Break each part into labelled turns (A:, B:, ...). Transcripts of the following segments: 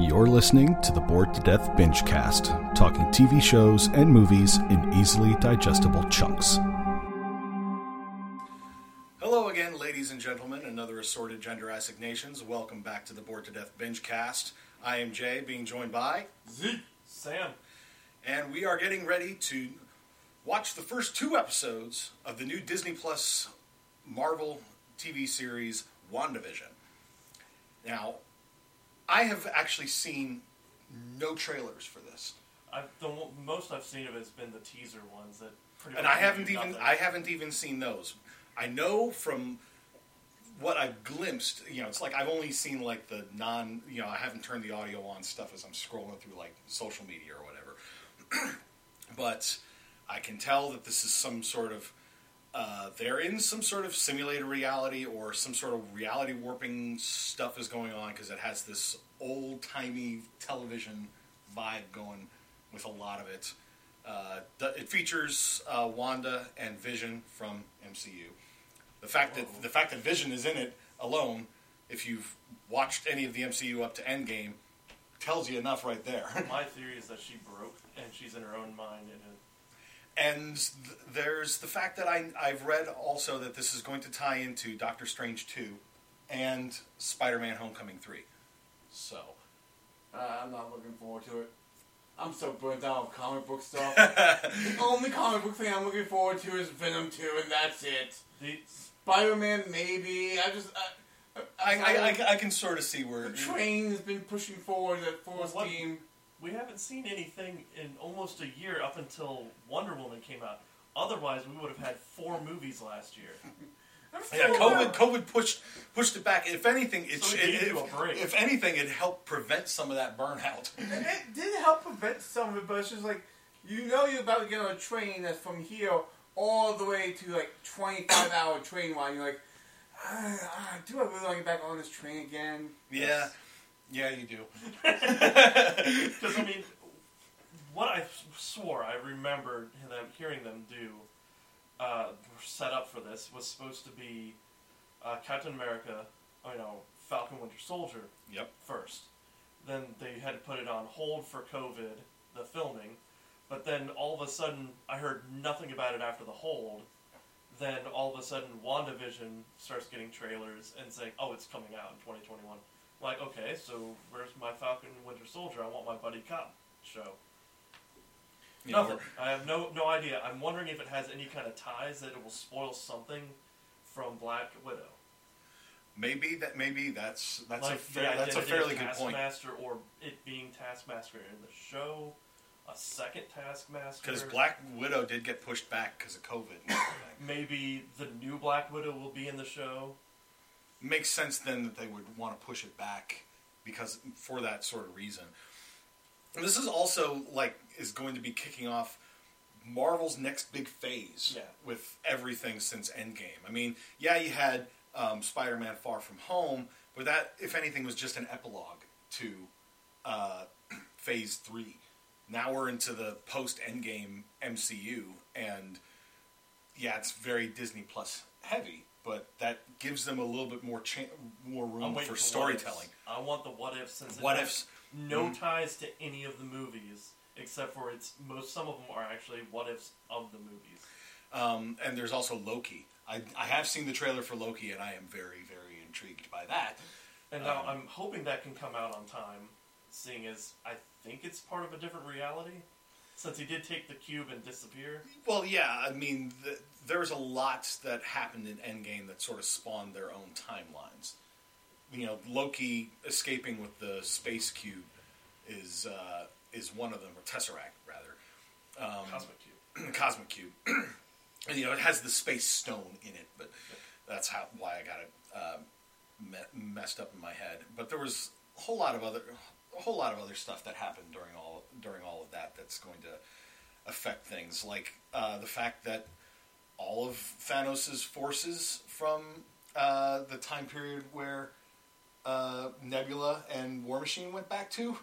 A: You're listening to the Bored to Death Bingecast, talking TV shows and movies in easily digestible chunks. Hello again, ladies and gentlemen, and other assorted gender assignations. Welcome back to the Bored to Death Bingecast. I am Jay, being joined by,
B: Sam.
A: and we are getting ready to watch the first two episodes of the new Disney Plus Marvel TV series WandaVision. Now, I have actually seen no trailers for this.
B: I've, the mo- most I've seen of it has been the teaser ones that pretty
A: and
B: much
A: I haven't
B: do
A: even
B: nothing.
A: I haven't even seen those. I know from what I've glimpsed, you know, it's like I've only seen like the non, you know, I haven't turned the audio on stuff as I'm scrolling through like social media or whatever. but I can tell that this is some sort of uh, they're in some sort of simulated reality or some sort of reality warping stuff is going on because it has this old timey television vibe going with a lot of it. Uh, th- it features uh, Wanda and Vision from MCU. The fact
B: Whoa.
A: that the fact that Vision is in it alone, if you've watched any of the MCU up to Endgame, tells you enough right there.
B: My theory is that she broke and she's in her own mind and it,
A: And th- there's the fact that I, I've read also that this is going to tie into Doctor Strange 2 and Spider Man Homecoming 3. So,
C: Uh, I'm not looking forward to it. I'm so burnt out with comic book stuff. the only comic book thing I'm looking forward to is Venom 2, and that's it.
B: the,
C: Spider Man, maybe. I just. I,
A: I, I, I, I can sort of see where.
C: the train has been pushing forward at full
B: Well, what-
C: steam.
B: we haven't seen anything in almost a year up until Wonder Woman came out. Otherwise, we would have had four movies last year.
C: I'm
A: Yeah,
C: so
A: COVID,
C: burnt-
A: COVID pushed pushed it back. If anything, it,
B: So
A: sh-
B: it
A: it,
B: gave you a break.
A: if, if anything, it helped prevent some of that burnout.
C: And It did help prevent some of it, but it's just like, you know you're about to get on a train that's from here all the way to like 25 hour train ride. You're like, ah, ah, do I really want to get back on this train again?
A: Yeah, yeah, you do.
B: Because I mean, what I swore I remembered them hearing them do, uh, set up for this was supposed to be uh, Captain America, you know, Falcon Winter Soldier
A: Yep.
B: first. Then they had to put it on hold for COVID, the filming. But then all of a sudden, I heard nothing about it after the hold. Then all of a sudden, WandaVision starts getting trailers and saying, oh, it's coming out in 2021. Like, okay, so where's my Falcon and Winter Soldier? I want my Buddy Cop show.
A: You know,
B: Nothing. I have no no idea. I'm wondering if it has any kind of ties that it will spoil something from Black Widow.
A: maybe that maybe that's that's a
B: Like,
A: fair,
B: the
A: that's
B: identity
A: a
B: of
A: fairly good point.
B: Taskmaster or it being Taskmaster in the show, a second Taskmaster.
A: Because Black Widow did get pushed back because of COVID. And everything.
B: Maybe the new Black Widow will be in the show.
A: makes sense then that they would want to push it back because for that sort of reason. And this is also like is going to be kicking off Marvel's next big phase
B: Yeah.
A: with everything since Endgame. I mean, yeah, you had um, Spider-Man: Far From Home, but that, if anything, was just an epilogue to uh, Phase Three. Now we're into the post-Endgame MCU, and yeah, it's very Disney Plus heavy, but that gives them a little bit more cha- more room
B: I'm waiting
A: Um, for
B: what
A: storytelling.
B: ifs. I want the what ifs since it
A: What
B: has
A: ifs? Mm.
B: no ties to any of the movies except for it's most some of them are actually what ifs of the movies.
A: Um, and there's also Loki. I, I have seen the trailer for Loki, and I am very very intrigued by that.
B: And now
A: Um,
B: I'm hoping that can come out on time, seeing as I think it's part of a different reality, since he did take the cube and disappear.
A: Well, yeah, I mean, th there's a lot that happened in Endgame that sort of spawned their own timelines. You know, Loki escaping with the space cube is uh, is one of them, or Tesseract rather. Um,
B: Cosmic cube.
A: the Cosmic Cube. and, you know, it has the space stone in it, but that's how why I got it uh, me- messed up in my head. But there was a whole lot of other a whole lot of other stuff that happened during all during all of that that's going to affect things, like uh, the fact that all of Thanos' forces from uh, the time period where uh, Nebula and War Machine went back to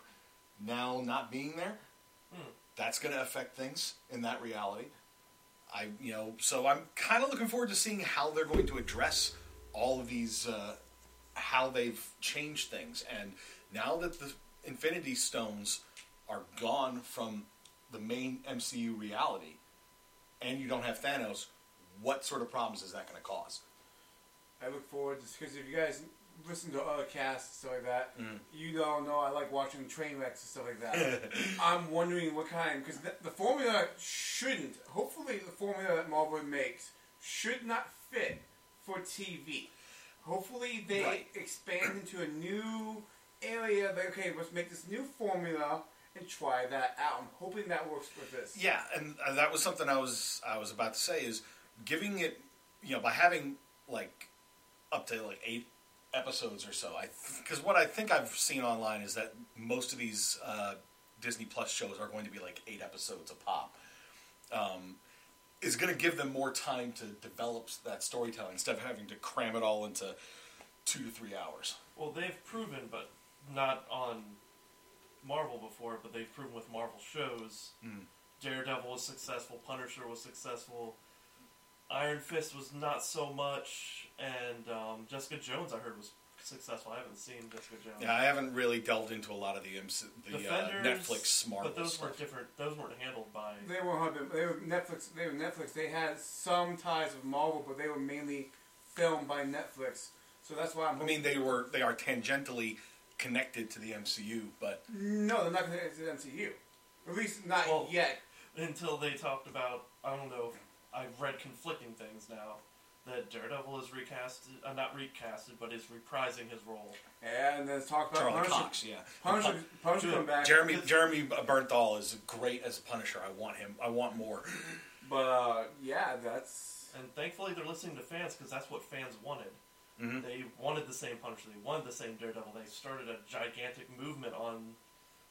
A: now not being there that's going to affect things in that reality. I, you know, so I'm kind of looking forward to seeing how they're going to address all of these uh, how they've changed things. And now that the Infinity Stones are gone from the main MCU reality, and you don't have Thanos, what sort of problems is that going to cause?
C: I look forward to because if you guys listen to other casts and stuff like that, you don't know I like watching train wrecks and stuff like that. I'm wondering what kind because the, the formula shouldn't. Hopefully, the formula that Marvel makes should not fit for TV. Hopefully, they
A: Right.
C: expand into a new area. Like, okay, let's make this new formula and try that out. I'm hoping that works with this.
A: Yeah, and uh, that was something I was I was about to say is giving it, you know, by having like up to like eight episodes or so. I because what I think I've seen online is that most of these uh, Disney Plus shows are going to be like eight episodes a pop. Um, is going to give them more time to develop that storytelling instead of having to cram it all into two to three hours.
B: Well, they've proven, but not on Marvel before, but they've proven with Marvel shows.
A: Mm.
B: Daredevil was successful, Punisher was successful, Iron Fist was not so much, and um, Jessica Jones, I heard, was successful. I haven't seen Jessica Jones.
A: Yeah, I haven't really delved into a lot of the MC, the uh,
B: Defenders,
A: Netflix Marvel
B: But those
A: stuff.
B: weren't different. Those weren't handled by.
C: They were hard- they were Netflix. They were Netflix. They had some ties with Marvel, but they were mainly filmed by Netflix. So that's why I'm.
A: I mean, they were they are tangentially connected to the MCU, but
C: no, they're not going to the MCU. At least not
B: Well-
C: yet.
B: until they talked about I don't know. I've read conflicting things now that Daredevil is recast, uh, not recasted, but is reprising his role.
C: And then let's talk about
A: Charlie
C: Punisher.
A: Cox, yeah,
C: Punisher, Punisher
B: Dude,
C: come back.
A: Jeremy Jeremy Bernthal is great as a Punisher. I want him. I want more.
C: But uh, yeah, that's
B: And thankfully, they're listening to fans because that's what fans wanted.
C: Mm-hmm.
A: Mhm.
B: They wanted the same Punisher. They wanted the same Daredevil. They started a gigantic movement on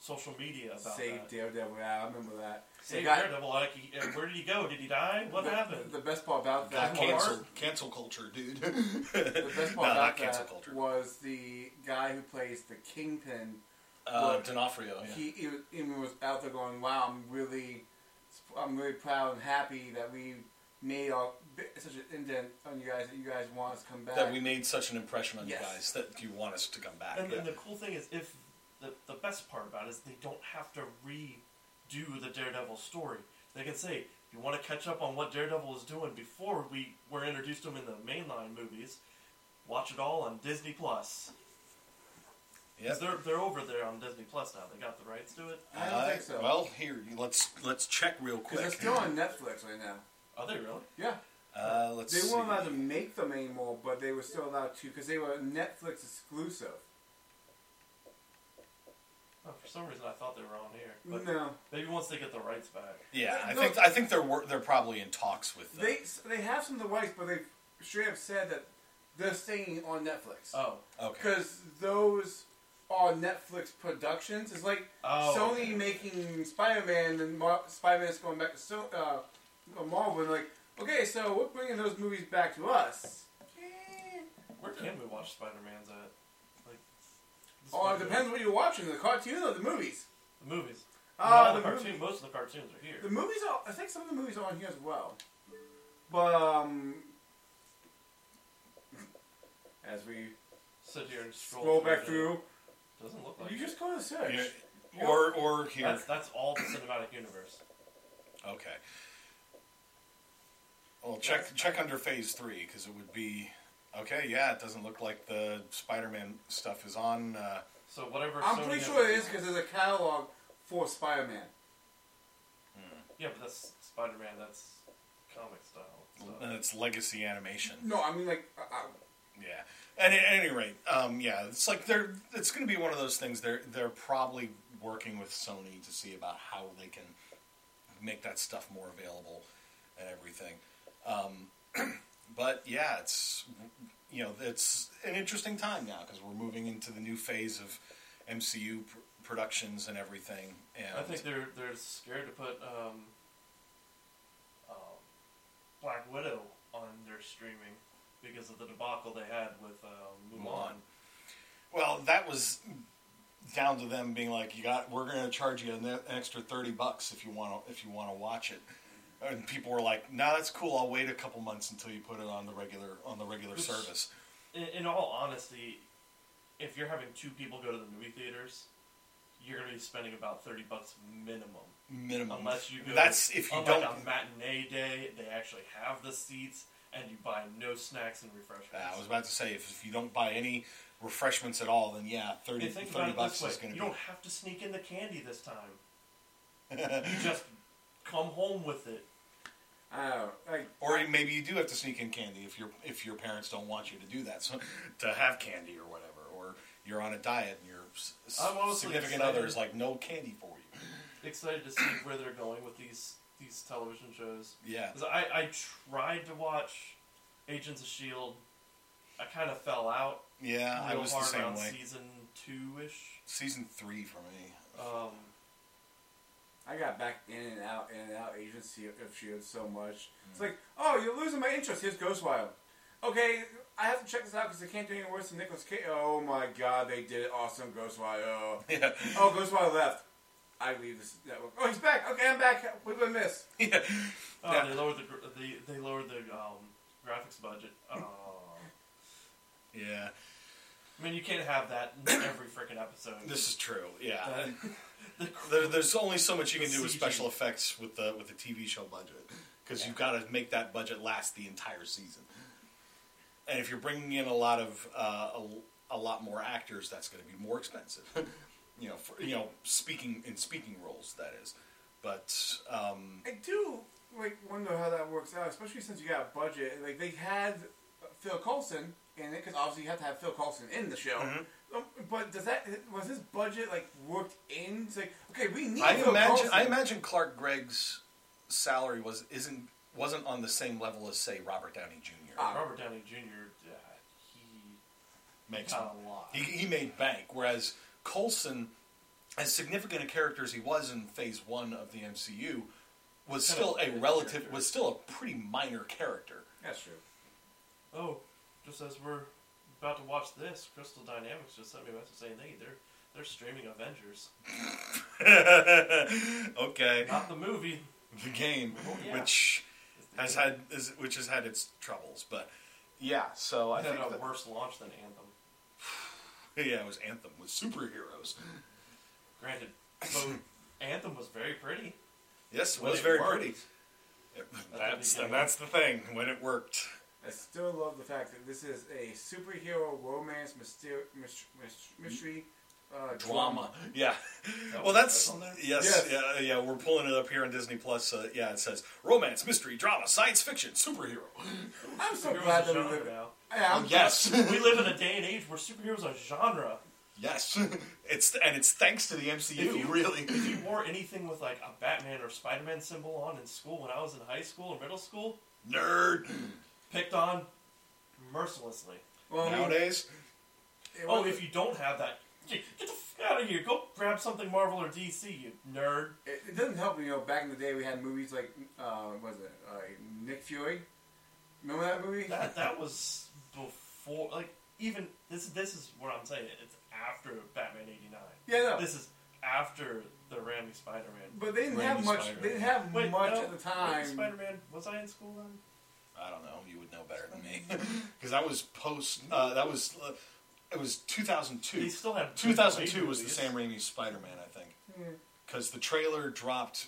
B: social media about
C: save
B: that.
C: Daredevil. Yeah, I remember that.
B: Save
C: They got-
B: Daredevil. Like, he, uh, where did he go? Did he die? What
C: the,
B: happened?
C: The best part about
A: Got
C: that.
B: That
C: was-
B: part?
A: cancel cancel culture, dude.
C: The best
A: no,
C: part
A: not
C: about
A: cancel
C: that
A: culture.
C: was the guy who plays the Kingpin.
A: Uh,
C: what-
A: D'Onofrio, Oh, yeah.
C: he even, even was out there going, "Wow, I'm really, I'm really proud and happy that we made our, bi- such an indent on you guys that you guys want us to come back."
A: that we made such an impression on
C: Yes.
A: you guys that you want us to come back.
B: And
A: yeah.
B: then the cool thing is, if the, the best part about it is they don't have to redo the Daredevil story. They can say, you want to catch up on what Daredevil was doing before we were introduced to him in the mainline movies, watch it all on Disney Plus.
A: Yep.
B: 'Cause They're, they're over there on Disney Plus now. They got the rights to it.
C: I don't
A: Uh,
C: think so.
A: Well, here you- let's let's check real
C: because they're
A: quick.
C: still on Netflix right now.
B: Are they really?
C: Yeah,
A: Uh, let's
C: they
A: see.
C: weren't allowed to make them anymore, but they were still allowed to because they were Netflix exclusive.
B: Oh, for some reason, I thought they were on here. But
C: no,
B: maybe once they get the rights back.
A: Yeah, I
C: No.
A: think I think they're wor- they're probably in talks with. uh,
C: they they have some of the rights, but they straight up said that they're staying on Netflix
B: Oh.
A: okay.
C: because those are Netflix productions. It's like.
B: Oh.
C: Sony
B: okay.
C: making Spider-Man and Mar- Spider-Man's going back to so- uh, uh, Marvel and like, okay, so we're bringing those movies back to us. Eh.
B: Where can we watch Spider Man's at? Like. this
C: Oh, it
B: is-
C: depends what you're watching, the cartoon or the movies.
B: The movies.
C: Uh,
B: No, the
C: the,
B: cartoon,
C: movie-
B: most of the cartoons are here.
C: the movies are, I think some of the movies are on here as well. But, um, as we
B: sit here and scroll,
C: scroll back through,
B: the- Doesn't look like
C: you
B: it.
C: just go to search.
A: Yeah, Or or here.
B: That's, that's all the cinematic universe.
A: Okay. Well, check check under phase three because it would be okay. Yeah, it doesn't look like the Spider-Man stuff is on. Uh,
B: So whatever.
C: I'm
B: Sony
C: pretty
B: has-
C: sure it is because there's a catalog for Spider-Man.
B: Yeah, but that's Spider-Man. That's comic style. So.
A: and it's legacy animation.
C: No, I mean like, uh, uh,
A: Yeah. And at any rate, um, yeah, it's like they're it's going to be one of those things. They're they're probably working with Sony to see about how they can make that stuff more available and everything. Um, but yeah, it's you know it's an interesting time now because we're moving into the new phase of MCU pr- productions and everything. And
B: I think they're they're scared to put um, um, Black Widow on their streaming because of the debacle they had with uh, Mulan.
A: Mulan. well, that was down to them being like, you got we're going to charge you an, an extra thirty bucks if you want to if you want to watch it. And people were like, "No, that's cool. I'll wait a couple months until you put it on the regular on the regular
B: Which-
A: service."
B: In, in all honesty, if you're having two people go to the movie theaters, you're gonna be spending about thirty bucks minimum.
A: minimum.
B: Unless you go,
A: Mm.
B: Oh
A: That's if you
B: on
A: don't.
B: like a matinee day, they actually have the seats, and you buy no snacks and refreshments.
A: I was about to say if, if you don't buy any refreshments at all, then yeah, 30,
B: Hey, think
A: 30
B: about it
A: bucks
B: this way:
A: is going
B: you
A: to
B: don't have to sneak in the candy this time.
A: be.
B: You just come home with it.
C: I don't know. Like,
A: or maybe you do have to sneak in candy if your if your parents don't want you to do that, so to have candy or whatever, or you're on a diet and your s- s-
B: I'm honestly
A: significant
B: excited.
A: other is like no candy for you.
B: Excited to see where they're going with these these television shows.
A: Yeah,
B: 'Cause I, I tried to watch Agents of Shield. E I kind of fell out.
A: yeah, Uh, I
B: real
A: was the
B: hard
A: same
B: around
A: way.
B: season two ish.
A: Season three for me.
B: Um,
C: I got back in and out, in and out agency of Shield E so much. It's like, oh, you're losing my interest. Here's Ghostwild. Okay, I have to check this out because they can't do any worse than Nicholas Cage. Oh my God, they did it awesome, Ghostwild. Oh,
A: Yeah,
C: oh Ghostwild left. I leave this network. Oh, he's back. Okay, I'm back. What did I miss?
A: yeah.
B: oh,
A: Yeah.
B: they lowered the gr- they they lowered the um, graphics budget. Oh.
A: yeah,
B: I mean, you can't have that in every freaking episode.
A: this is true. Yeah,
B: the, the,
A: There, there's only so much you
B: The
A: can do with
B: CG.
A: special effects with the with the TV show budget because you've got to make that budget last the entire season. And if you're bringing in a lot of uh, a, a lot more actors, that's going to be more expensive. you know, for, you know, speaking in speaking roles, that is. But um,
C: I do like wonder how that works out, especially since you got a budget. Like they had Phil Coulson in it because obviously you have to have Phil Coulson in the show.
A: Mhm.
C: Um, But does that was his budget like worked in? It's like okay, we need.
A: I
C: Phil
A: imagine
C: Coulson.
A: I imagine Clark Gregg's salary was isn't wasn't on the same level as say Robert Downey Jr.
C: Ah.
B: Robert Downey Jr. Uh, he
A: makes
B: got a lot.
A: He, he made bank. Whereas Colson, as significant a character as he was in Phase One of the MCU, was
B: Kind
A: still
B: of
A: a
B: minor
A: relative
B: character.
A: was still a pretty minor character.
C: That's true.
B: Oh, just as we're about to watch this, Crystal Dynamics just sent me a message saying they they're they're streaming Avengers,
A: okay,
B: not the movie.
A: the game,
B: Oh, yeah.
A: which has had is, which has had its troubles, but yeah. So I
B: It had
A: think
B: a
A: that-
B: worse launch than Anthem.
A: yeah, it was Anthem with superheroes.
B: Granted, both Anthem was very pretty.
A: Yes, it
B: When
A: was
B: it
A: very
B: worked.
A: pretty. That's
B: beginning.
A: and that's the thing when it worked.
C: I still love the fact that this is a superhero romance myster- myst- myst- mystery uh,
A: drama. Yeah.
B: That
A: well,
B: was-
A: that's
B: that's on there?
A: yes,
C: Yes.
A: yeah, yeah. We're pulling it up here on Disney Plus. Uh, yeah, it says romance, mystery, drama, science fiction, superhero. Oh,
C: I'm so
B: Superheroes
C: glad
B: a
C: that we live.
B: genre now.
C: Yeah, I'm-
A: yes,
B: we live in a day and age where superheroes are genre.
A: yes. It's and it's thanks to the MCU.
B: If you-
A: really,
B: If you wore anything with like a Batman or Spider-Man symbol on in school when I was in high school or middle school,
A: nerd.
B: picked on mercilessly.
C: Well, I mean,
A: Nowadays,
C: it
B: Oh,
C: was-
B: if you don't have that, get the f out of here. Go grab something Marvel or DC, you nerd.
C: It, it doesn't help, you know. Back in the day, we had movies like, uh, what was it like Nick Fury? Remember that movie?
B: That that was before, like even this. This is what I'm saying. It's after Batman '89.
C: yeah, no.
B: This is after the Raimi Spider-Man.
C: but they didn't
A: Randy
C: have much.
A: Spider.
C: They didn't have
B: Wait,
C: much
B: no,
C: at the time.
B: wait, Spider-Man was I in school then?
A: I don't know. You would know better than me because that was post. Uh, that was uh, it was two thousand
B: They
A: two.
B: still had
A: Two thousand two was the
B: movies.
A: Sam Raimi Spider Man, I think.
C: Yeah.
A: because the trailer dropped.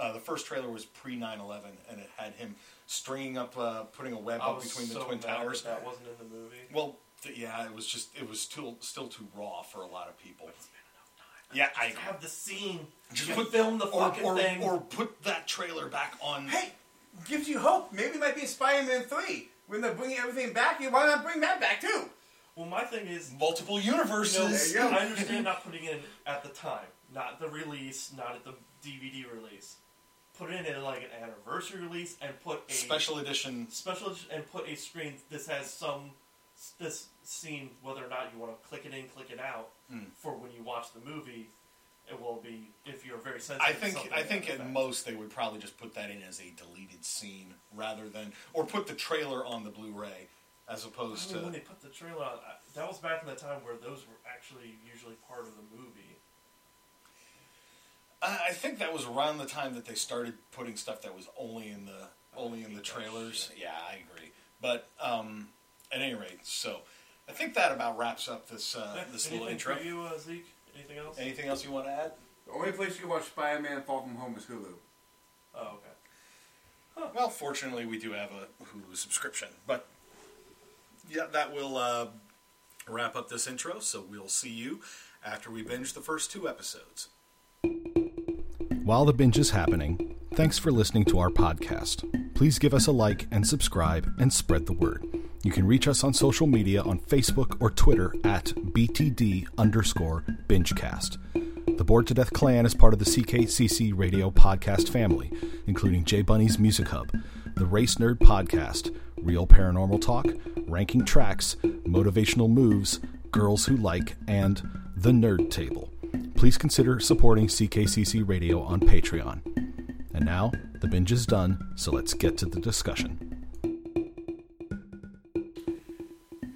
A: Uh, the first trailer was pre 9/11, and it had him stringing up, uh, putting a web
B: I
A: up
B: was
A: between the
B: so
A: twin
B: mad that
A: towers.
B: That wasn't in the movie.
A: Well, th- yeah, it was just it was too, still too raw for a lot of people.
B: It's been oh enough time.
A: Yeah, I
B: Just have the scene.
A: just
B: You
A: put
B: film the
A: or,
B: fucking
A: or,
B: thing.
A: or put that trailer back on.
C: Hey, gives you hope. Maybe it might be Spider-Man three when they're bringing everything back. You why not bring that back too?
B: well, my thing is,
A: multiple universes.
C: There you go.
B: I understand not putting it in at the time, not the release, not at the DVD release. Put it in at like an anniversary release and put a
A: Special edition.
B: special ed- and put a screen. This has some this scene, whether or not you want to click it in, click it out
A: Mm.
B: for when you watch the movie. It will be if you're very sensitive.
A: I
B: to
A: think
B: something
A: I
B: like
A: think
B: that.
A: at most they would probably just put that in as a deleted scene rather than or put the trailer on the Blu-ray as opposed
B: I mean, when
A: to
B: they put the trailer on, I- that was back in the time where those were actually usually part of the movie.
A: I I think that was around the time that they started putting stuff that was only in the only in
B: hate
A: the
B: that
A: trailers.
B: shit.
A: Yeah, I agree. But um, at any rate, so I think that about wraps up this uh, this
B: Anything
A: little intro.
B: for you, uh, Zeke? Anything else?
A: Anything else you want to add?
C: The only place you can watch Spider-Man Far From Home is Hulu.
B: oh, okay.
A: Well, fortunately, we do have a Hulu subscription, but yeah, that will uh, wrap up this intro. So we'll see you after we binge the first two episodes.
D: While the binge is happening, thanks for listening to our podcast. Please give us a like and subscribe and spread the word. You can reach us on social media on Facebook or Twitter at BTD underscore bingecast. The Bored to Death Clan is part of the CKCC radio podcast family, including J Bunny's Music Hub, the Race Nerd Podcast, Real Paranormal Talk, Ranking Tracks, Motivational Moves, Girls Who Like, and The Nerd Table please consider supporting CKCC Radio on Patreon. And now, the binge is done, so let's get to the discussion.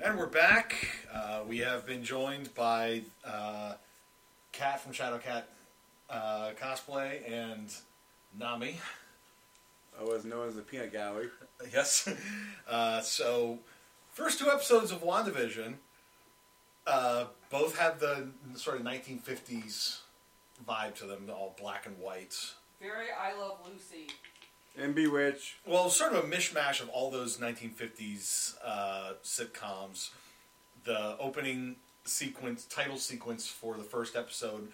A: And we're back. Uh, we have been joined by uh, Kat from Shadow Cat uh, Cosplay and Nami.
C: Otherwise known as the Peanut Gallery.
A: Yes. Uh, so, first two episodes of WandaVision uh, both have the sort of 1950s vibe to them, all black and white.
E: Very I Love Lucy.
C: And Bewitch.
A: Well, sort of a mishmash of all those 1950s uh, sitcoms. The opening sequence, title sequence for the first episode,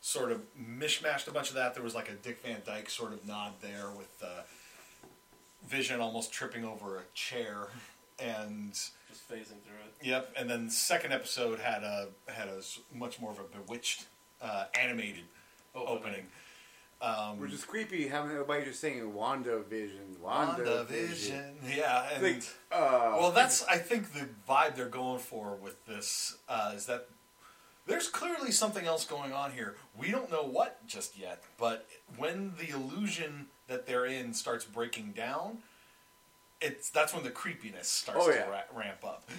A: sort of mishmashed a bunch of that. There was like a Dick Van Dyke sort of nod there with uh, Vision almost tripping over a chair, and
B: Just phasing through it.
A: Yep, and then the second episode had a had a s- much more of a bewitched uh, animated opening.
C: Which is creepy having everybody just saying WandaVision. WandaVision.
A: WandaVision. Yeah, and
C: Like, uh,
A: well, that's I think the vibe they're going for with this uh, is that there's clearly something else going on here. We don't know what just yet, but when the illusion that they're in starts breaking down, it's that's when the creepiness starts
C: Oh,
A: to
C: yeah.
A: ra- ramp up.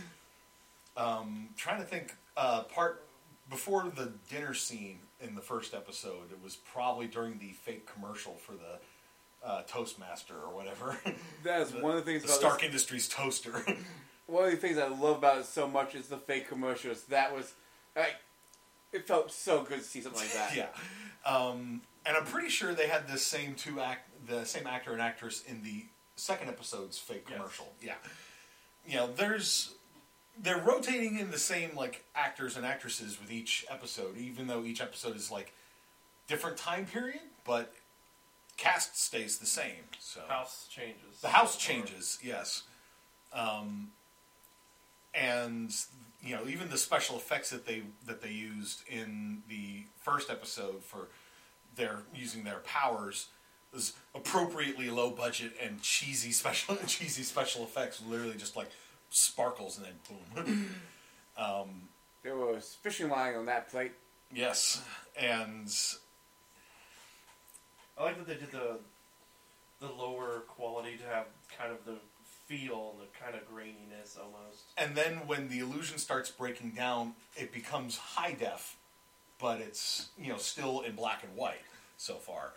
A: Um, trying to think, uh, part before the dinner scene in the first episode, it was probably during the fake commercial for the uh, Toastmaster or whatever.
C: that is one of the
A: the
C: things about
A: Stark
C: this-
A: Industries toaster.
C: one of the things I love about it so much is the fake commercials. That was like it felt so good to see something like that.
A: yeah, um, and I'm pretty sure they had the same two act, the same actor and actress in the second episode's fake
B: Yes.
A: commercial. Yeah, you know, there's they're rotating in the same like actors and actresses with each episode, even though each episode is like different time period, but cast stays the same. So
B: House changes.
A: the house
B: Or-
A: changes, yes. Um, and you know, even the special effects that they that they used in the first episode for their using their powers was appropriately low budget and cheesy special cheesy special effects, literally just like sparkles and then boom.
C: There was fishing line on that plate.
A: yes, and
B: I like that they did the the lower quality to have kind of the feel and the kind of graininess almost.
A: and then when the illusion starts breaking down, it becomes high def, but it's you know still in black and white so far.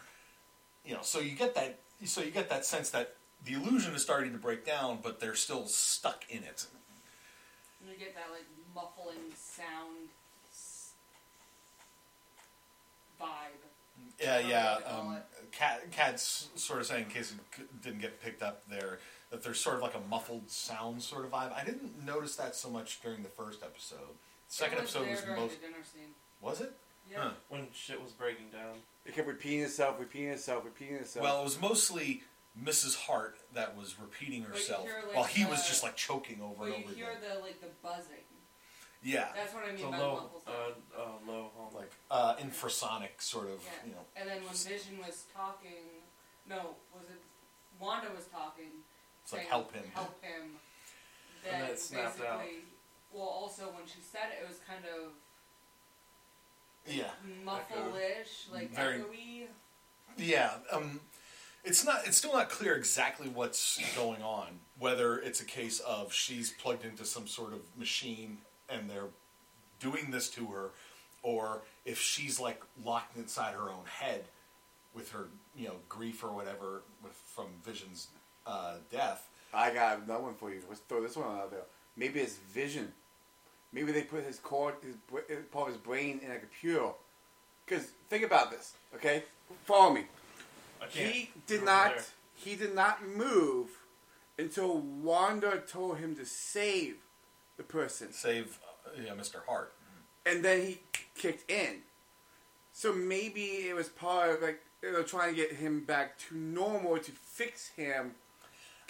A: You know, so you get that, so you get that sense that the illusion is starting to break down, but they're still stuck in it.
E: And you get that like muffling sound s- vibe.
A: Yeah,
E: don't
A: yeah.
E: know what to call
A: Um,
E: it.
A: Cat, Cat's sort of saying, in case it c- didn't get picked up there, that there's sort of like a muffled sound sort of vibe. I didn't notice that so much during the first episode. Second
E: it was
A: episode
E: there
A: was
E: during
A: most.
E: the dinner scene.
A: Was it?
E: Yeah.
A: Huh.
B: When shit was breaking down.
C: It kept repeating itself, repeating itself, repeating itself.
A: Well, it was mostly Mrs. Hart that was repeating
E: you
A: herself,
E: hear, like,
A: while he was
E: the-
A: just like choking over
E: But
A: and
E: you
A: over again.
E: hear the like the buzzing.
A: Yeah,
E: That's what I mean
B: So
E: by
B: low,
E: muffled
B: uh,
E: sound.
B: uh, low home.
A: like uh, infrasonic sort of,
E: yeah.
A: you know.
B: uh,
E: And then when Vision was talking, no, was it Wanda was talking?
A: It's like,
E: saying,
A: "Help him."
E: Help him. Then
B: And then it snapped out.
E: basically, well, also when she said it, it was kind of
A: Yeah,
E: muffle-ish, like
A: Very-
E: echoey.
A: yeah. Um, it's not. It's still not clear exactly what's going on. Whether it's a case of she's plugged into some sort of machine and they're doing this to her, or if she's like locked inside her own head with her, you know, grief or whatever with, from Vision's uh, death.
C: I got another one for you. Let's throw this one out there. Maybe it's Vision Maybe they put his cord, his, br- his part of his brain in a computer. Because think about this, okay? Follow me.
B: I can't.
C: He
B: You're
C: did
B: over
C: not.
B: there.
C: He did not move until Wanda told him to save the person,
A: Save, uh, yeah, Mr. Hart.
C: and then he kicked in. So maybe it was part of like they were trying to get him back to normal to fix him.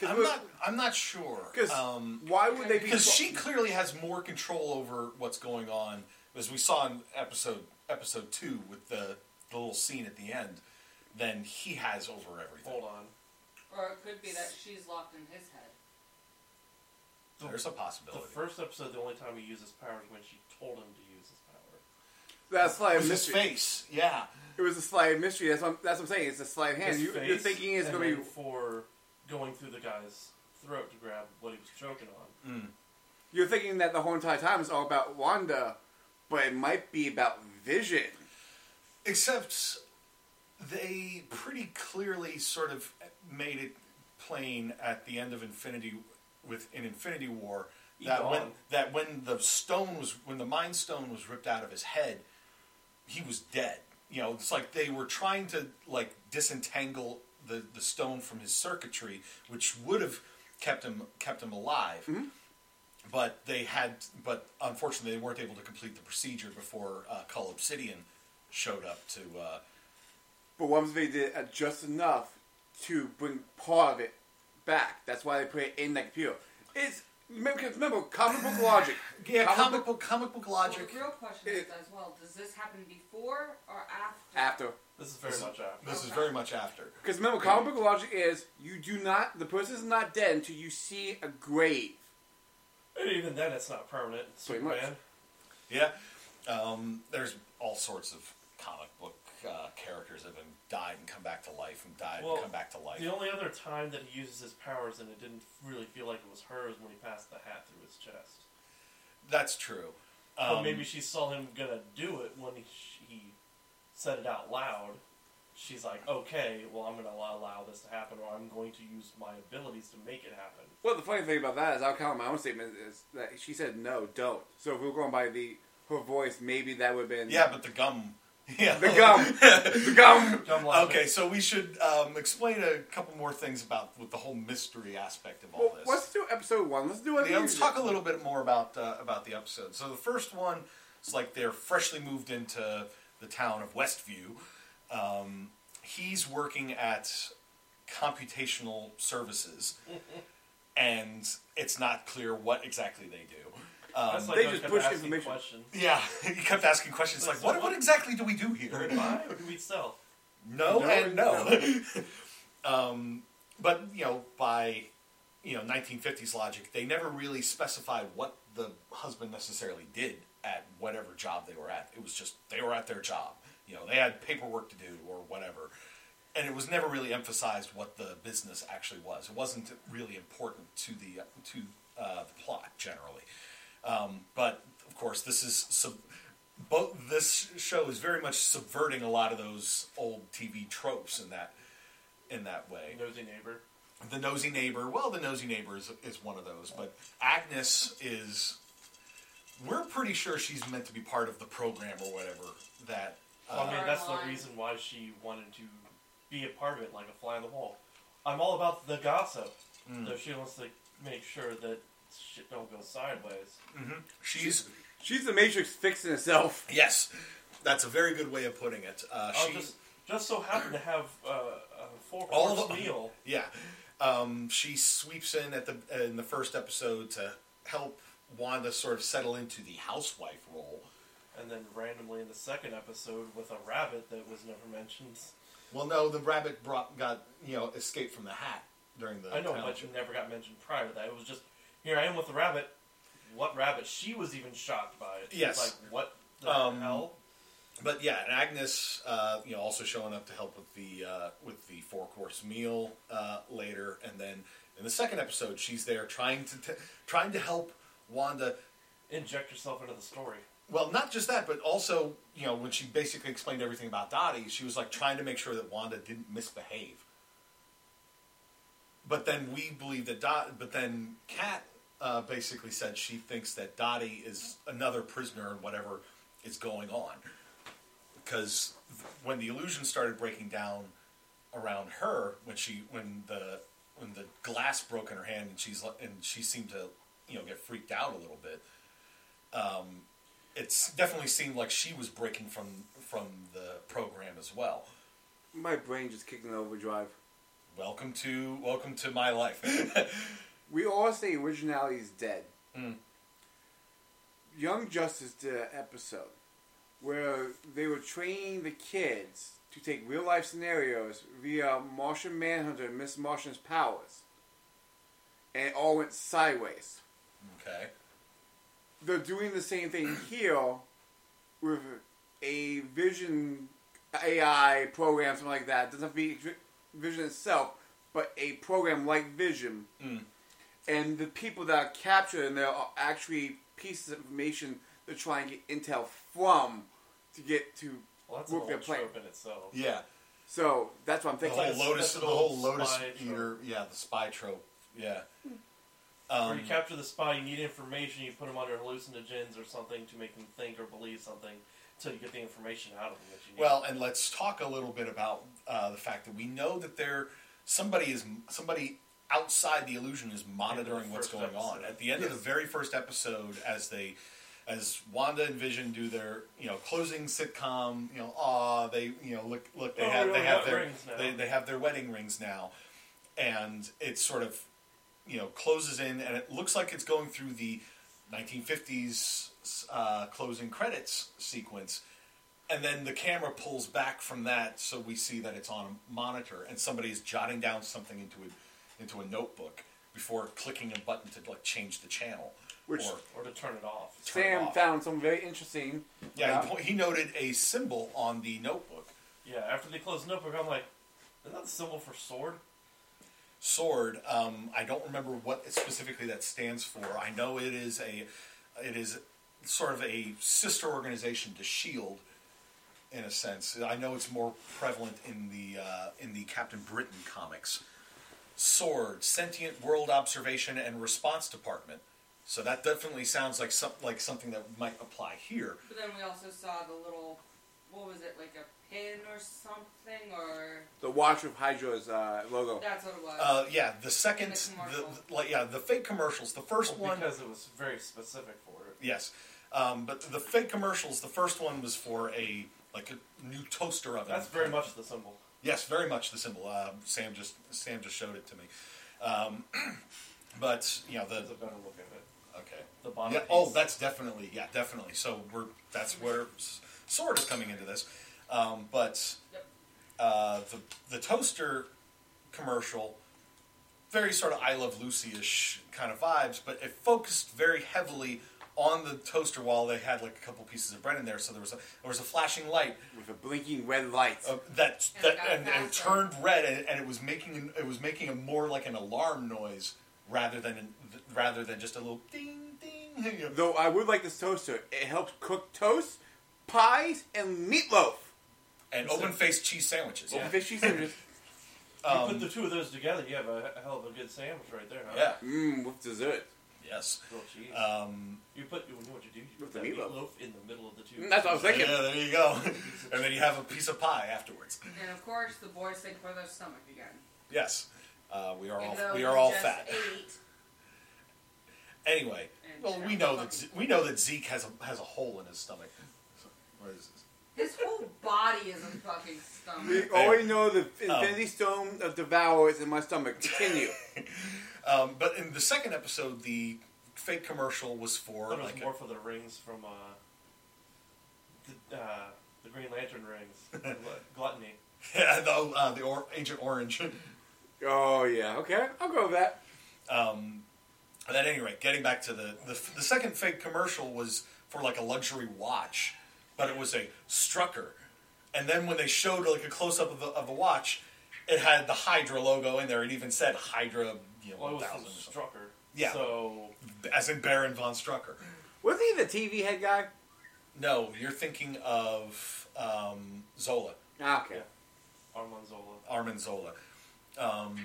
A: I'm
C: we're-
A: not. I'm not sure.
C: 'cause
A: Um,
C: why would they be?
A: because she clearly has more control over what's going on, as we saw in episode episode two with the, the little scene at the end, than he has over everything.
B: Hold on.
E: Or it could be that she's locked in his head.
A: There's a
B: The
A: possibility.
B: first episode, the only time he used his power is when she told him to use his power.
C: that's like a
A: With his
C: mystery.
A: face, yeah.
C: It was a slight mystery. That's what I'm, that's what I'm saying. It's a slight hand.
B: His
C: You,
B: face,
C: you're thinking it's
B: and
C: going to be.
B: then for going through the guy's throat to grab what he was choking on.
C: Mm. You're thinking that the whole entire time is all about Wanda, but it might be about Vision.
A: Except they pretty clearly sort of made it plain at the end of Infinity with in Infinity War that
B: Egon.
A: when that when the stone was when the Mind Stone was ripped out of his head, he was dead. You know, it's like they were trying to like disentangle the, the stone from his circuitry, which would have kept him kept him alive. But they had, but unfortunately, they weren't able to complete the procedure before uh, Cull Obsidian showed up to. Uh,
C: But once they did it just enough to bring part of it back. That's why they put it in the computer. It's remember, 'cause remember comic book logic.
A: yeah, comic, book comic book
E: Well,
A: logic.
E: the real question is
C: It-
E: as well: Does this happen before or after?
C: after.
B: This is very much after.
A: This is very much after.
C: Because remember, comic book logic is you do not the person is not dead until you see a grave.
B: And even then, it's not permanent. It's
C: Pretty much.
B: Superman.
A: Yeah, um, there's all sorts of comic book uh, characters that have been died and come back to life and died
B: Well,
A: and come back to life.
B: The only other time that he uses his powers and it didn't really feel like it was hers when he passed the hat through his chest.
A: That's true.
B: But
A: Um,
B: maybe she saw him gonna do it when he said it out loud. She's like, okay, well, I'm gonna allow, allow this to happen, or I'm going to use my abilities to make it happen.
C: Well, the funny thing about that is, I'll count my own statement is that she said no, don't. So if we were going by the her voice, maybe that would have been
A: Yeah, but the gum. Yeah,
C: the gum, the gum.
B: Dumb logic.
A: Okay, so we should um, explain a couple more things about with the whole mystery aspect of all
C: Well,
A: this.
C: let's do episode one. Let's do it.
A: Yeah, let's talk a little bit more about uh, about the episode. So the first one is like they're freshly moved into the town of Westview. Um, he's working at computational services, and it's not clear what exactly they do. Um,
B: That's like
C: They
B: I
C: just
B: kept
C: push
B: asking
C: information.
B: Questions.
A: yeah, he kept asking questions like,
B: Like, so
A: "What?
B: what-
A: What exactly do we do here?"
B: Buy or do we sell?
A: No,
C: No
A: and
C: and
A: no. um, but you know, by you know 1950s logic, they never really specified what the husband necessarily did at whatever job they were at. It was just they were at their job. You know, they had paperwork to do or whatever, and it was never really emphasized what the business actually was. It wasn't really important to the to uh, the plot generally. Um, but of course, this is sub- both. This show is very much subverting a lot of those old TV tropes in that in that way.
B: Nosy neighbor.
A: The nosy neighbor. Well, the nosy neighbor is, is one of those, but Agnes is. We're pretty sure she's meant to be part of the program or whatever that.
B: Well, I
A: Uh,
B: mean, that's the
E: Caroline.
B: reason why she wanted to be a part of it, like a fly on the wall. I'm all about the gossip,
A: Hmm.
B: though she wants to make sure that shit don't go sideways.
A: she's
C: She's the Matrix fixing herself.
A: yes, that's a very good way of putting it. Uh,
B: I
A: she
B: just just so happen to have uh, a four
A: All
B: course
A: of-
B: meal.
A: Yeah, um, she sweeps in at the in the first episode to help Wanda sort of settle into the housewife role.
B: And then randomly in the second episode with a rabbit that was never mentioned.
A: Well, no, the rabbit brought got you know escaped from the hat during the.
B: I know,
A: town-
B: but it never got mentioned prior to that. It was just, here I am with the rabbit. What rabbit? She was even shocked by it. She's
A: Yes.
B: like, what the
A: Um,
B: hell?
A: But yeah, and Agnes, uh, you know, also showing up to help with the uh, with the four course meal uh, later, and then in the second episode, she's there trying to t- trying to help Wanda
B: Inject yourself into the story.
A: Well, not just that, but also, you know, when she basically explained everything about Dottie, she was like trying to make sure that Wanda didn't misbehave. But then we believe that Dot, but then Kat, uh, basically said she thinks that Dottie is another prisoner in whatever is going on. Because when the illusion started breaking down around her, when she when the when the glass broke in her hand and she's li- and she seemed to you know get freaked out a little bit, it's definitely seemed like she was breaking from from the program as well.
C: My brain just kicked in overdrive.
A: Welcome to welcome to my life.
C: We all say originality is dead. Young Justice did an episode where they were training the kids to take real life scenarios via Martian Manhunter and Miss Martian's powers. And it all went sideways.
A: okay.
C: They're doing the same thing here with a vision AI program, something like that. It doesn't have to be vision itself, but a program like vision. And the people that are captured in there are actually pieces of information they're trying to get intel from to get to
B: Well, that's an
C: work their
B: old
C: plan.
B: trope in itself.
A: Yeah.
C: So that's what I'm
A: The
C: thinking.
A: whole lotus
B: that's
A: the
B: an
A: whole
B: old
A: lotus
B: spy
A: eater yeah, the spy trope. Yeah.
B: Where
A: Um,
B: you capture the spy, you need information, you put them under hallucinogens or something to make them think or believe something until you get the information out of them that you need.
A: well, and let's talk a little bit about uh, the fact that we know that there somebody is somebody outside the illusion is monitoring what's
B: first
A: going on.
B: episode.
A: At the end of the very first episode, as they as Wanda and Vision do their you know closing sitcom, you know, ah, they you know look look they
B: Oh,
A: have
B: we
A: they
B: all
A: have
B: got
A: their
B: rings now.
A: they, they have their wedding rings now, and it sort of you know closes in and it looks like it's going through the 1950s uh, closing credits sequence and then the camera pulls back from that so we see that it's on a monitor and somebody is jotting down something into a into a notebook before clicking a button to like change the channel
C: Which-
A: or
B: or to turn it off.
A: turn it
C: Sam
A: off.
C: found something very interesting. Uh,
A: yeah
C: about-
A: he, po- he noted a symbol on the notebook
B: Yeah, after they close the notebook, I'm like, isn't that the symbol for sword?
A: sword. Um, I don't remember what specifically that stands for. I know it is a, it is sort of a sister organization to Shield, E in a sense. I know it's more prevalent in the uh, in the Captain Britain comics. Sword, sentient world observation and response department. So that definitely sounds like some, like something that might apply here.
E: But then we also saw the little, what was it, like a pin or something, or
C: The Watch of Hydra's uh, logo.
E: that's what it was.
A: Uh, yeah, the second,
E: The
A: the,
E: commercial.
A: like, yeah, the fake commercials. The first
B: Well,
A: one
B: because it was very specific for it.
A: Yes, um, but the fake commercials. The first one was for a like a new toaster oven.
B: That's very much the symbol.
A: yes, very much the symbol. Uh, Sam just Sam just showed it to me. Um, but you know the
B: That's a better look at it.
A: okay
B: The bottom
A: Yeah, oh,
B: piece.
A: that's definitely yeah, definitely. So we're that's where S- sword is coming into this. Um, but
E: Yep.
A: uh, the the toaster commercial, very sort of I Love Lucy ish kind of vibes, but it focused very heavily on the toaster while they had like a couple pieces of bread in there. So there was a there was a flashing light
C: With a blinking red light.
A: uh, that
E: And
A: that
E: it got
A: and, and
E: faster.
A: turned red and, and it was making an, it was making a more like an alarm noise rather than an, rather than just a little ding ding. you know.
C: Though I would like this toaster. It helps cook toast, pies, and meatloaf.
A: and
B: So-
A: open faced cheese sandwiches.
C: Open
A: Yeah.
C: fish cheese sandwiches.
A: Um,
B: you put the two of those together, you have a, a hell of a good sandwich right there. Huh?
A: yeah.
C: Mmm, with dessert.
A: Yes.
B: Grilled cheese.
A: Um,
B: you put, you know what you do? You
C: Uh, With
B: put that
C: the meatloaf.
B: meatloaf in the middle of the two.
C: Mm, That's what I was
A: yeah,
C: thinking.
A: there you go. and then you have a piece of pie afterwards.
E: and of course, the boys think for their stomach again.
A: Yes. Uh, we are
E: Even
A: all
E: though
A: we
E: you
A: are all
E: just
A: fat.
E: Ate,
A: Anyway,
E: And
A: well, we
E: check.
A: know that Ze- we know that Zeke has a has a hole in his stomach. So, what is this?
E: his whole body is a fucking
C: We
E: stomach.
C: already know the Infinity Stone of Devour is in my stomach. Continue.
A: Um, but in the second episode, the fake commercial was for
B: I thought it was
A: like a-
B: more for the rings from uh, the, uh, the Green Lantern rings. Gluttony.
A: yeah, the, uh, the or- Agent Orange.
C: oh, yeah. Okay, I'll go with that.
A: Um, but at any rate, getting back to the, the the second fake commercial was for like a luxury watch, but it was a Strucker. And then when they showed like a close up of the of the watch, it had the Hydra logo in there. It even said Hydra, you know,
B: Well, it was
A: 1000
B: from
A: or something.
B: Strucker.
A: Yeah.
B: So
A: as in Baron von Strucker.
C: Wasn't he the TV head guy?
A: No, you're thinking of um, Zola,
C: Ah, okay.
B: Armand Zola.
A: Armin Zola. Um,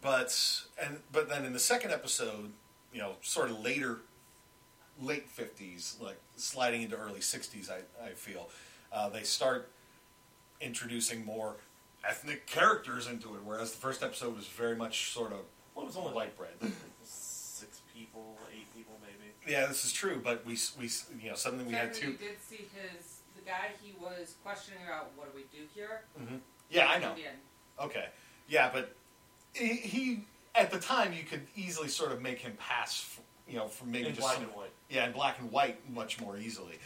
A: but and but then in the second episode, you know, sort of later, late fifties, like sliding into early sixties. I I feel uh, they start introducing more ethnic characters into it, whereas the first episode was very much sort of
B: Well, it was only like
A: light bread.
B: six people, eight people maybe.
A: yeah, this is true, but we s- we s- you know suddenly we had
E: Saturday
A: two.
E: did see his the guy he was questioning about what do we do here.
A: Yeah, I know.
E: Indian.
A: Okay. Yeah, but he, he at the time you could easily sort of make him pass, f you know, for maybe
B: In
A: just
B: black
A: some-
B: and white.
A: Yeah, in black and white much more easily.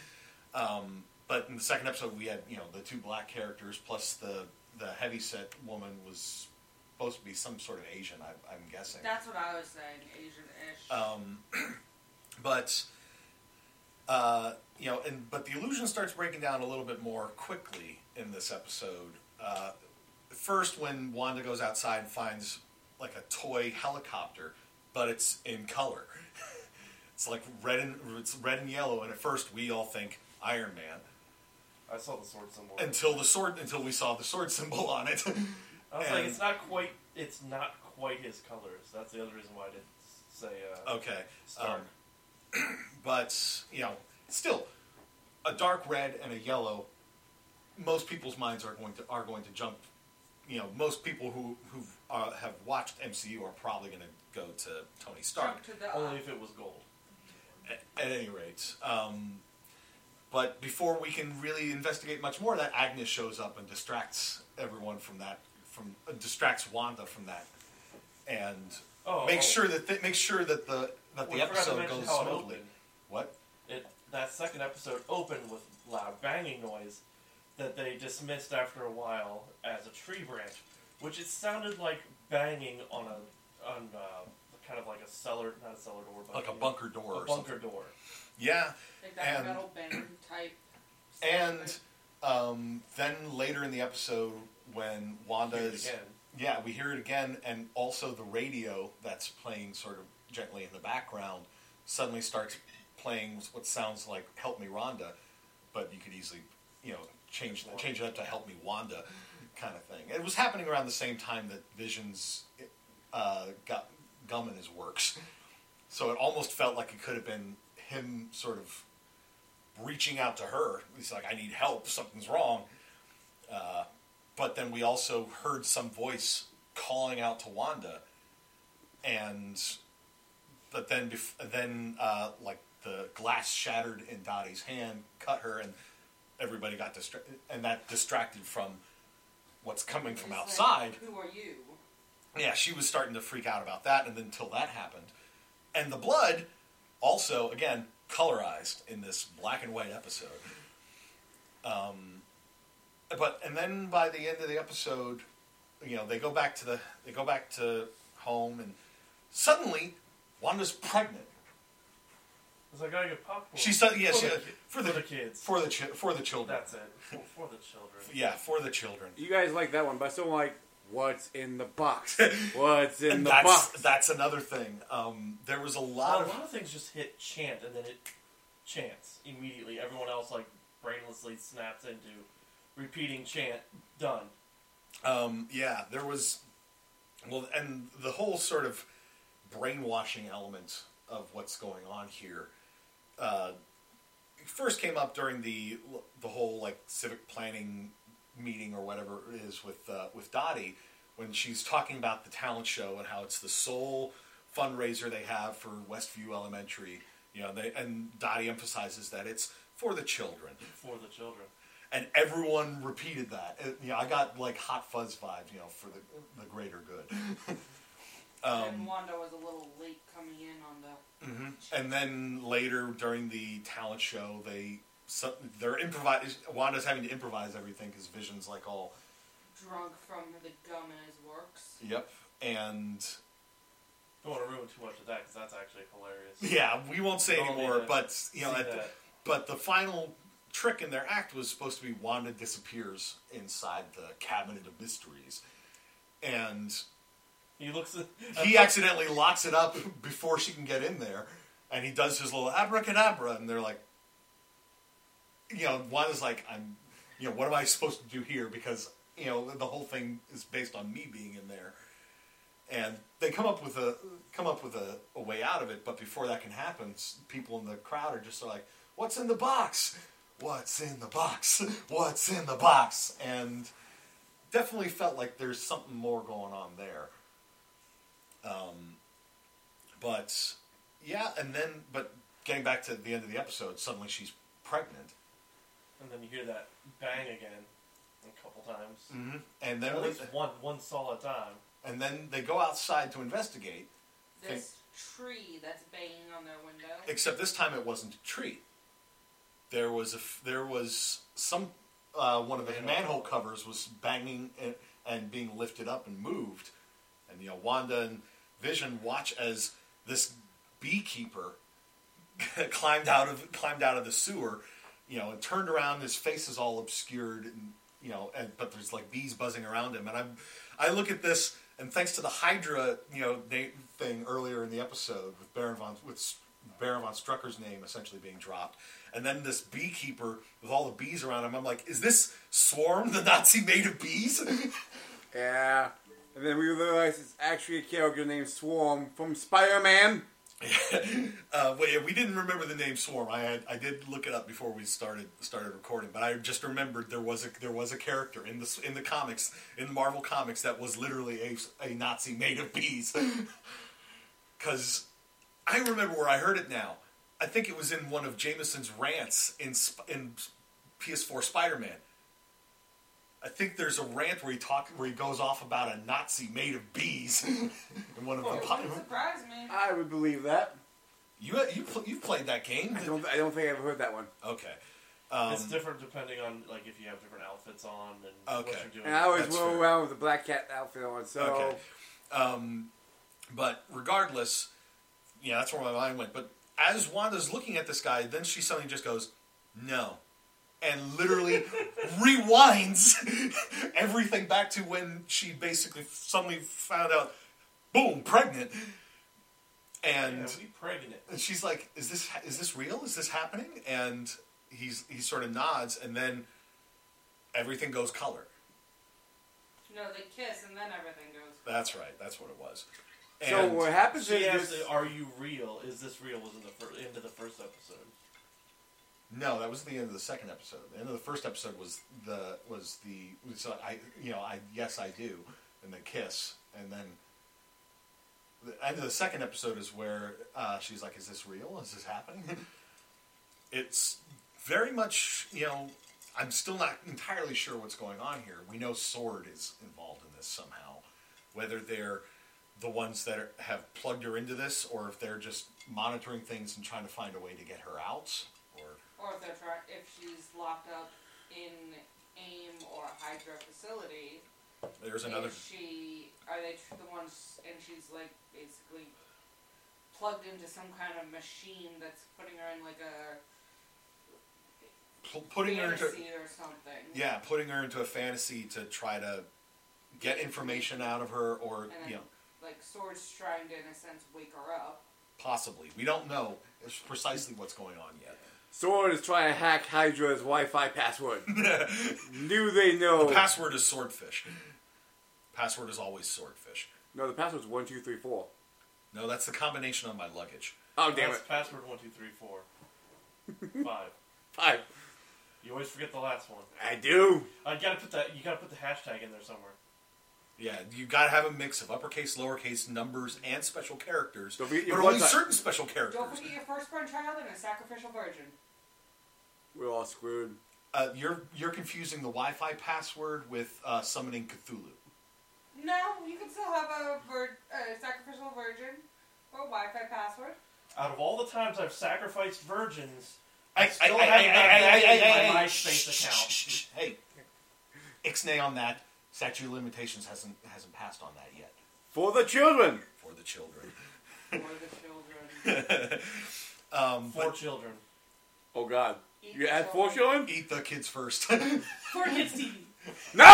A: Um, but in the second episode, we had you know the two black characters plus the the heavyset woman was supposed to be some sort of Asian, I, I'm guessing.
E: That's what I was saying, Asian-ish.
A: Um, but uh, you know, and but the illusion starts breaking down a little bit more quickly in this episode. Uh, first, when Wanda goes outside and finds like a toy helicopter, but it's in color. it's like red and it's red and yellow, and at first we all think Iron Man
B: I saw the sword somewhere.
A: until the sword until we saw the sword symbol on it.
B: I was like,
A: and-
B: it's not quite, it's not quite his colors. That's the other reason why I didn't s- say. Uh,
A: okay, um,
B: Stark.
A: but you know, still a dark red and a yellow. Most people's minds are going to are going to jump. You know, most people who who uh, have watched MCU are probably going to go to Tony Stark
E: Jump to the
B: only if it was gold.
A: at, at any rate. Um, but before we can really investigate much more, that Agnes shows up and distracts everyone from that, from uh, distracts Wanda from that, and
B: Oh,
A: makes
B: oh.
A: sure that th- makes sure that the that
B: We forgot
A: the
B: to
A: episode
B: mention
A: goes
B: how it
A: smoothly.
B: opened.
A: What?
B: It, that second episode opened with loud banging noise that they dismissed after a while as a tree branch, which it sounded like banging on a on uh, kind of like a cellar, not a cellar door, but
A: Like a bunker door.
B: a
A: or something.
B: bunker door.
A: Yeah.
E: like that
A: and-
E: metal band type.
A: And
E: something.
A: um, then later in the episode, when Wanda
B: Here
A: is
B: again.
A: yeah, we hear it again, and also the radio that's playing sort of gently in the background suddenly starts playing what sounds like "Help Me, Rhonda," but you could easily you know change that, change it up to "Help Me, Wanda" kind of thing. It was happening around the same time that Vision's uh, got gum in his works, so it almost felt like it could have been him sort of reaching out to her. He's like, I need help. Something's wrong. Uh, but then we also heard some voice calling out to Wanda, and but then bef- then uh, like the glass shattered in Dottie's hand, cut her, and everybody got distracted, and that distracted from what's coming
E: It's
A: from
E: like,
A: outside
E: Who are you?
A: yeah, she was starting to freak out about that, and then until that happened, and the blood also again colorized in this black and white episode. Um, but and then by the end of the episode, you know they go back to the they go back to home, and suddenly Wanda's pregnant.
B: It's like I gotta get popcorn.
A: She's sud- yeah
B: For
A: she,
B: the ki-
A: for the
B: for the kids.
A: for the chi- for the children.
B: That's it for, for the children.
A: Yeah, for the children.
C: You guys like that one, but I still like what's in the box. What's in the
A: that's
C: box?
A: that's another thing. Um, there was a
B: Well,
A: lot
B: a
A: of
B: lot of things just hit chant and then it chants immediately. Everyone else like brainlessly snaps into repeating chant. Done.
A: Um, yeah, there was, well, and the whole sort of brainwashing element of what's going on here uh, first came up during the the whole like civic planning meeting or whatever it is with uh, with Dottie when she's talking about the talent show and how it's the sole fundraiser they have for Westview Elementary. You know, they, and Dottie emphasizes that it's for the children
B: for the children. and
A: and everyone repeated that. It, you know, I got like hot fuzz vibes, you know, for the the greater good. um,
E: and Wanda was a little late coming in on the.
A: Mm-hmm. And then later during the talent show, they so, they're improvise. Wanda's having to improvise everything because Vision's like all
E: Drunk from the gum in his works.
A: yep. And
B: Don't want to ruin too much of that because that's actually hilarious.
A: yeah, we won't say
B: Don't need
A: anymore.
B: to
A: But you know,
B: see
A: at the,
B: that.
A: but the final trick in their act was supposed to be Wanda disappears inside the cabinet of mysteries, and
B: He looks. At,
A: he accidentally locks it up before she can get in there, and he does his little abracadabra, and they're like, you know, one is like, I'm, you know, what am I supposed to do here? Because you know, the whole thing is based on me being in there, and they come up with a come up with a, a way out of it. But before that can happen, s- people in the crowd are just like, "What's in the box? What's in the box? What's in the box?" And definitely felt like there's something more going on there. Um, but yeah, and then but getting back to the end of the episode, suddenly she's pregnant,
B: And then you hear that bang again a couple times.
A: mm-hmm. and then
B: At
A: we-
B: least one one solid time.
A: and then they go outside to investigate.
E: This tree that's banging on their window.
A: Except this time it wasn't a tree. There was a f- there was some uh, one of the
B: Manhole.
A: manhole covers was banging and, and being lifted up and moved, and you know Wanda and Vision watch as this beekeeper climbed out of climbed out of the sewer, you know, and turned around. His face is all obscured, and you know, and, but there's like bees buzzing around him. And I'm, I look at this, and thanks to the Hydra, you know, na- thing earlier in the episode with Baron von with S- Baron von Strucker's name essentially being dropped, and then this beekeeper with all the bees around him. I'm like, is this swarm the Nazi made of bees?
C: Yeah. And then we realize it's actually a character named Swarm from Spider Man.
A: uh, wait, yeah, we didn't remember the name Swarm. I had, I did look it up before we started started recording, but I just remembered there was a there was a character in the in the comics in the Marvel comics that was literally a, a Nazi made of bees. Because I remember where I heard it now. I think it was in one of Jameson's rants in Sp- in PS4 Spider Man. I think there's a rant where he talk where he goes off about a Nazi made of bees in one of
C: Oh,
A: the
E: It wouldn't
A: po-
E: surprise me.
C: I would believe that.
A: you you pl- you've played that game?
C: I don't. I don't think I've heard that one.
A: Okay. Um,
B: it's different depending on like if you have different outfits on and
A: Okay.
B: what you're doing.
C: And I always
A: That's
C: roll
A: fair.
C: around with the black cat outfit on, so
A: Okay. um, but regardless, yeah, that's where my mind went. But as Wanda's looking at this guy, then she suddenly just goes, "No," and literally rewinds everything back to when she basically suddenly found out, boom, pregnant, and.
B: yeah, we pregnant.
A: And she's like, "Is this is this real? Is this happening?" And he's he sort of nods, and then everything goes color.
E: No, they kiss and then everything goes.
A: That's right. That's what it was.
C: So
A: And
C: what happens
B: She
C: is
B: asked,
C: this,
B: "Are you real? Is this real?" Was in the fir- end of the first episode.
A: no, that was the end of the second episode. The end of the first episode was the was the was uh, I you know I yes I do, and the kiss, and then the end of the second episode is where uh, she's like, "Is this real? Is this happening?" it's very much you know. I'm still not entirely sure what's going on here. We know Sword is involved in this somehow, whether they're the ones that are, have plugged her into this, or if they're just monitoring things and trying to find a way to get her out, or
E: Or if they're try- if she's locked up in AIM or a Hydra facility,
A: There's
E: is
A: another.
E: she are they tr- the ones and she's like basically plugged into some kind of machine that's putting her in like a
A: P- putting her into.
E: fantasy or something.
A: Yeah, putting her into a fantasy to try to get information out of her, or
E: And then
A: you know,
E: like swords trying to in a sense wake her up.
A: possibly. We don't know precisely what's going on yet.
C: Sword is trying to hack Hydra's Wi-Fi password.
A: the
C: Do they know?
A: password is swordfish. Password is always swordfish.
C: no, the password's one two three four.
A: No, that's the combination on my luggage.
C: Oh damn
B: That's
C: it!
B: password one two three four five.
C: Five.
B: You always forget the last one.
C: I do.
B: I gotta put that. You gotta put the hashtag in there somewhere.
A: Yeah, you gotta have a mix of uppercase, lowercase numbers, and special characters,
C: Don't forget your
A: but only
C: website.
A: certain special characters.
E: Don't forget your firstborn child and a sacrificial virgin.
C: We're all screwed.
A: Uh, you're you're confusing the Wi-Fi password with uh, summoning Cthulhu.
E: No, you can still have a vir- uh, sacrificial virgin or Wi-Fi password.
B: Out of all the times I've sacrificed virgins,
A: I,
B: I still
A: I-
B: haven't
A: I-
B: gotten
A: I-
B: that
A: I-
B: in
A: I-
B: my
A: I-
B: MySpace
A: shh, shh,
B: account.
A: shh, shh, Hey, ixnay on that. Statute of limitations hasn't hasn't passed on that yet
C: For the children.
A: for the children.
E: For the children.
A: um,
B: four
A: but
B: children.
C: Oh god.
E: Eat
C: You had
E: the
C: four
E: children.
C: children?
A: eat the kids first.
E: For kids TV.
C: No!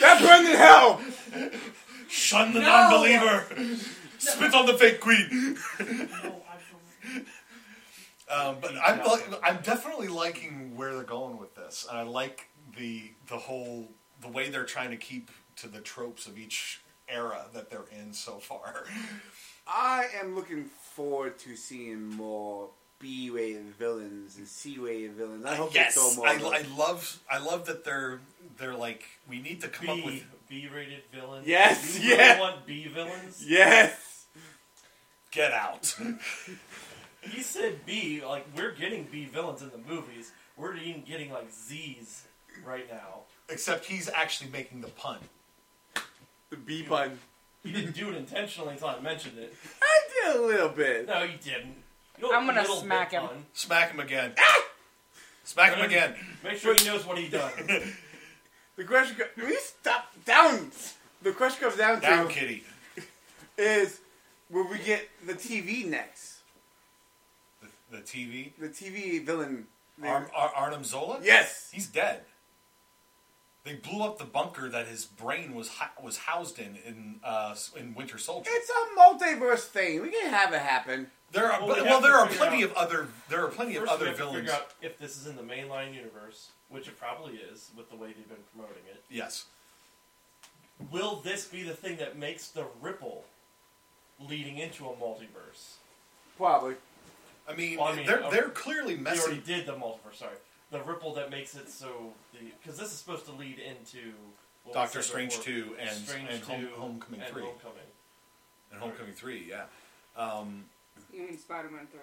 C: that burned in hell!
A: Shun the
E: No!
A: non-believer. Spit on the fake queen.
E: No, I don't.
A: Um, but I'm li- I'm definitely liking where they're going with this, and I like the the whole the way they're trying to keep to the tropes of each era that they're in so far.
C: I am looking forward to seeing more B-rated villains and C-rated villains. I hope
A: yes,
C: they throw more.
A: I,
C: of them.
A: I love I love that they're they're like we need to come up
B: B
A: with
B: B rated villains.
C: Yes,
B: You really
C: yeah.
B: want B villains?
C: yes.
A: get out.
B: He said B. Like we're getting B villains in the movies. We're even getting like Z's right now.
A: Except he's actually making the pun.
C: The B button.
B: He didn't do it intentionally until I mentioned it.
C: I did a little bit.
B: No, you didn't. You don't
E: I'm gonna
B: little
E: smack
B: bit
E: him.
B: pun.
A: Smack him again.
B: Ah!
A: Smack him again.
B: Make sure he knows what he done.
C: The question co- we stop down. The question comes down,
A: Down,
C: to
A: kitty.
C: is will we get the TV next?
A: The, the TV.
C: The TV villain. thing.
A: Ar- Ar- Arnim Zola.
C: yes.
A: He's dead. They blew up the bunker that his brain was hi- was housed in in uh, s- in Winter Soldier.
C: It's a multiverse thing. We can have it happen.
A: There are
B: Well,
A: but-
B: we
A: well,
B: have to
A: there are
B: figure
A: plenty
B: out-
A: of other there are plenty
B: First,
A: of
B: we
A: other
B: have to
A: villains.
B: figure out if this is in the mainline universe, which it probably is with the way they've been promoting it.
A: Yes.
B: Will this be the thing that makes the ripple leading into a multiverse?
C: Probably.
A: I mean,
B: Well, I mean,
A: they're
B: uh,
A: they're clearly
B: They already
A: messing.
B: did the multiverse. Sorry, the ripple that makes it so the because this is supposed to lead into what we
A: Doctor
B: said
A: Strange
B: before,
A: 2 and-
B: Strange
A: and Home-
B: 2
A: Homecoming
B: and
A: 3.
B: Homecoming.
A: in Homecoming Three, yeah. Um,
E: You mean Spider-Man Three?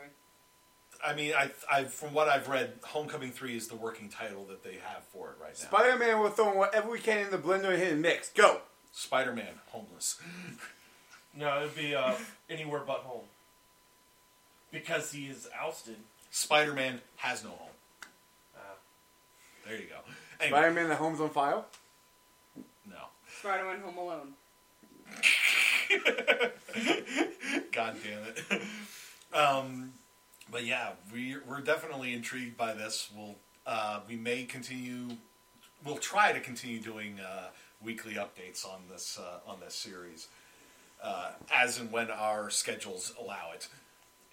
A: I mean, I, I from what I've read, Homecoming Three is the working title that they have for it right now.
C: Spider Man will throw whatever we can in the blender and hit and mix. Go.
A: Spider-Man, homeless.
B: No, it'd be uh, anywhere but home because he is ousted.
A: Spider-Man has no home.
B: Uh,
A: There you go. Anyway,
C: Spider Man the home's on file.
A: no.
E: Spider-Man Home Alone.
A: God damn it. Um, but yeah, we we're definitely intrigued by this. We'll uh, we may continue. We'll try to continue doing uh, weekly updates on this uh, on this series, uh, as and when our schedules allow it.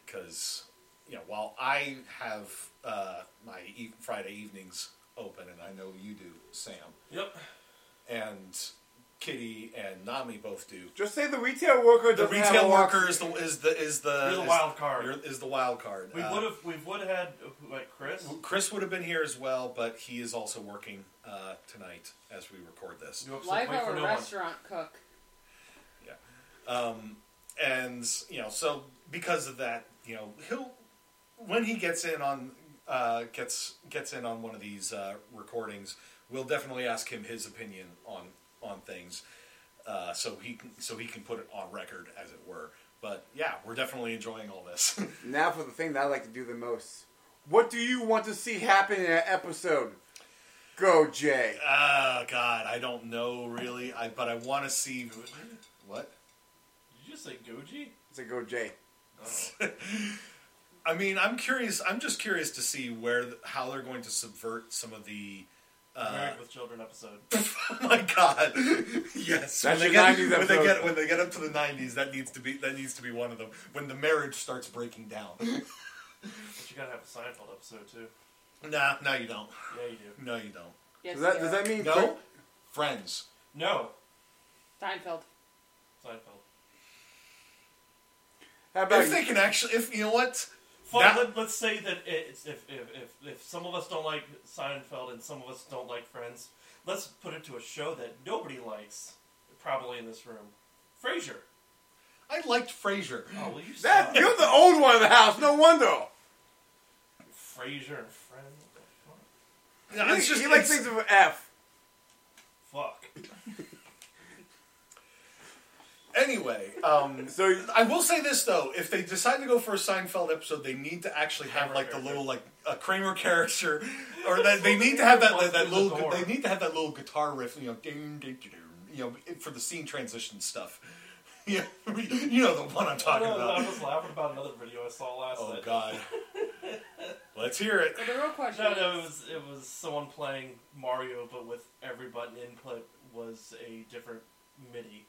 A: Because you know, while I have uh, my e- Friday evenings open, and I know you do, Sam,
B: yep.
A: and Kitty and Nami both do
C: Just say the retail worker
A: the
C: doesn't have
A: retail
C: a lock-
A: worker is the is the is the,
B: You're the
A: is-
B: wild card.
A: you're- Is the wild card.
B: We
A: Uh,
B: would have we would have had uh, like Chris.
A: Chris would have been here as well, but he is also working uh, tonight as we record this.
C: Oh,
B: You upset
E: Like
B: Wait
E: how
B: for
E: a
B: no one.
E: restaurant cook.
A: And you know, so because of that, you know, he'll when he gets in on uh, gets gets in on one of these uh, recordings, we'll definitely ask him his opinion on on things, uh, so he can, so he can put it on record, as it were. But yeah, we're definitely enjoying all this.
C: Now for the thing that I like to do the most. What do you want to see happen in an episode? Go, Jay.
A: Ah, God, I don't know really. I but I want to see what.
B: Did you just say Goji?
C: Say go, Jay.
B: Oh.
A: I mean, I'm curious. I'm just curious to see where th- how they're going to subvert some of the. Uh,
B: Married with Children episode.
A: oh my God! yes, when
C: That's
A: they,
C: your
A: get,
C: 90s
A: when they
C: episode.
A: get when they get up to the '90s, that needs to be that needs to be one of them. When the marriage starts breaking down.
B: But you gotta have a Seinfeld episode too.
A: nah, no, you don't.
B: Yeah, you do.
A: No, you don't.
E: Yes,
C: Does that,
E: yeah.
C: does that mean
A: No, friends.
B: No,
E: Seinfeld.
B: Seinfeld.
C: How about
A: If they can actually, if you know what,
B: Fine,
A: That-
B: let, let's say that it's, if, if, if, if some of us don't like Seinfeld and some of us don't like Friends, let's put it to a show that nobody likes, probably in this room. Frasier.
A: I liked Frasier.
B: Oh, will you
C: that?
B: stop?
C: You're the old one of the house. No wonder.
B: Frasier and Friends? What the
A: Yeah, it's
C: he
A: just
C: he likes
A: it's-
C: things with F.
B: Fuck. Fuck.
A: Anyway, um,
C: So you-
A: I will say this though: if they decide to go for a Seinfeld episode, they need to actually have
B: Kramer
A: like the
B: character.
A: little like a Kramer character, or that they need to have that that, that
B: Through the
A: little
B: door.
A: they need to have that little guitar riff, you know, ding, ding, ding, ding, you know, for the scene transition stuff. Yeah, you know the one I'm
B: I,
A: talking
B: don't know, I
A: about.
B: was laughing about another video I saw last
A: Oh
B: night.
A: God, let's hear it.
E: But the real question
B: No,
E: is,
B: no, it was, it was someone playing Mario, but with every button input was a different MIDI.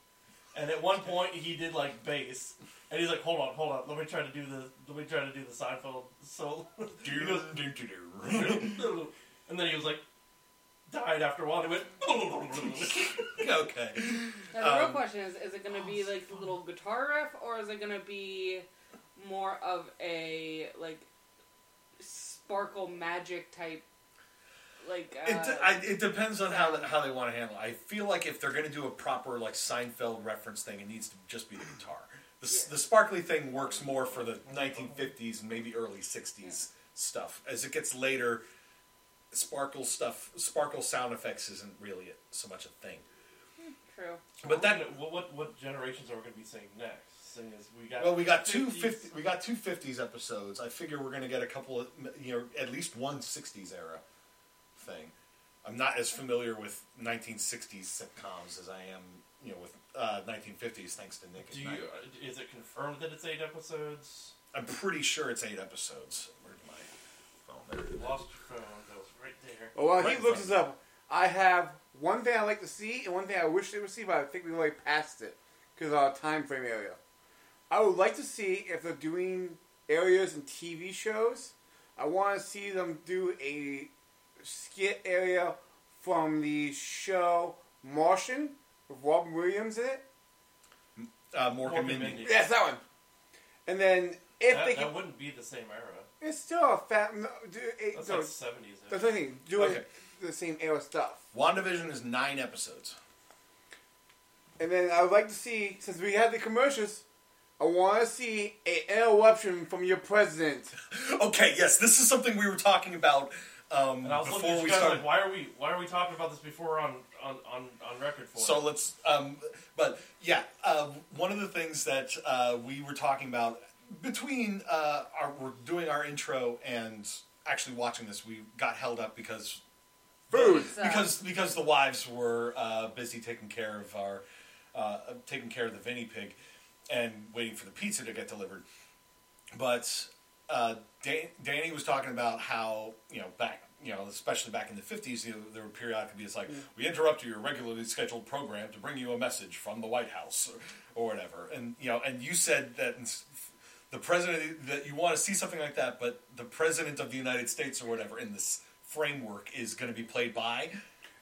B: And at one point, he did like bass, and he's like, "Hold on, hold on, let me try to do the, let me try to do the Seinfeld solo."
A: Ding, ding, ding, ding.
B: and then he was like, died after Wanda went.
A: okay.
E: Now, the real
A: Um, oh,
E: question is: Is it going to be like the little guitar riff, or is it going to be more of a like sparkle magic type? Like uh,
A: It, de- I, it depends on how how they want to handle it. I feel like if they're going to do a proper like Seinfeld reference thing, it needs to just be the guitar. The, s
E: Yeah.
A: the sparkly thing works more for the 1950s and maybe early 60s stuff. As it gets later, sparkle stuff, sparkle sound effects isn't really so much a thing.
E: true.
A: But that
B: what, what what generations are we going to be seeing next? Seeing as we got
A: Well, we got two
B: 50s.
A: fifty. We got two fifties episodes. I figure we're gonna get a couple of you know at least one sixties era thing. I'm not as familiar with 1960s sitcoms as I am you know with uh, 1950s thanks to Nick.
B: Do
A: and
B: you,
A: Knight.
B: is it confirmed that it's eight episodes?
A: I'm pretty sure it's eight episodes. Where's my phone? There it is.
B: Lost your phone. That was right there.
C: oh, Well, while
A: Right
C: he
A: in
C: looks
A: front of
C: this up, I have one thing I like to see and one thing I wish they would see, but I think we already passed it because of our time frame area. I would like to see if they're doing areas and TV shows. I want to see them do a skit area from the show Martian with Robin Williams in it.
A: Uh, Morgan,
B: Morgan
A: Mindy.
B: Mindy.
C: Yes, that one. And then if
B: That,
C: they
B: that
C: can,
B: wouldn't be the same era.
C: it's still a fat. No, do, it,
B: That's
C: no,
B: like seventies.
C: that's what I mean. Doing
A: Okay.
C: the same era stuff.
A: WandaVision is nine episodes.
C: And then I would like to see, since we had the commercials, I want to see an interruption from your president.
A: Okay, yes, this is something we were talking about um,
B: And I was looking at
A: before
B: you
A: we
B: guys
A: started.
B: like, why are we why are we talking about this before we're on on on, on record for?
A: So
B: it?
A: let's, um, but yeah, uh, one of the things that uh, we were talking about between uh, our we're doing our intro and actually watching this, we got held up because
C: Food.
E: So-
A: because because the wives were uh, busy taking care of our uh, taking care of the Vinnie pig and waiting for the pizza to get delivered. But uh, Dan- Danny was talking about how you know back you know especially back in the fifties you know, there were periodically it's like we interrupt your regularly scheduled program to bring you a message from the White House or, or whatever and you know and you said that. In, the president that you want to see something like that, but the president of the United States or whatever in this framework is going to be played by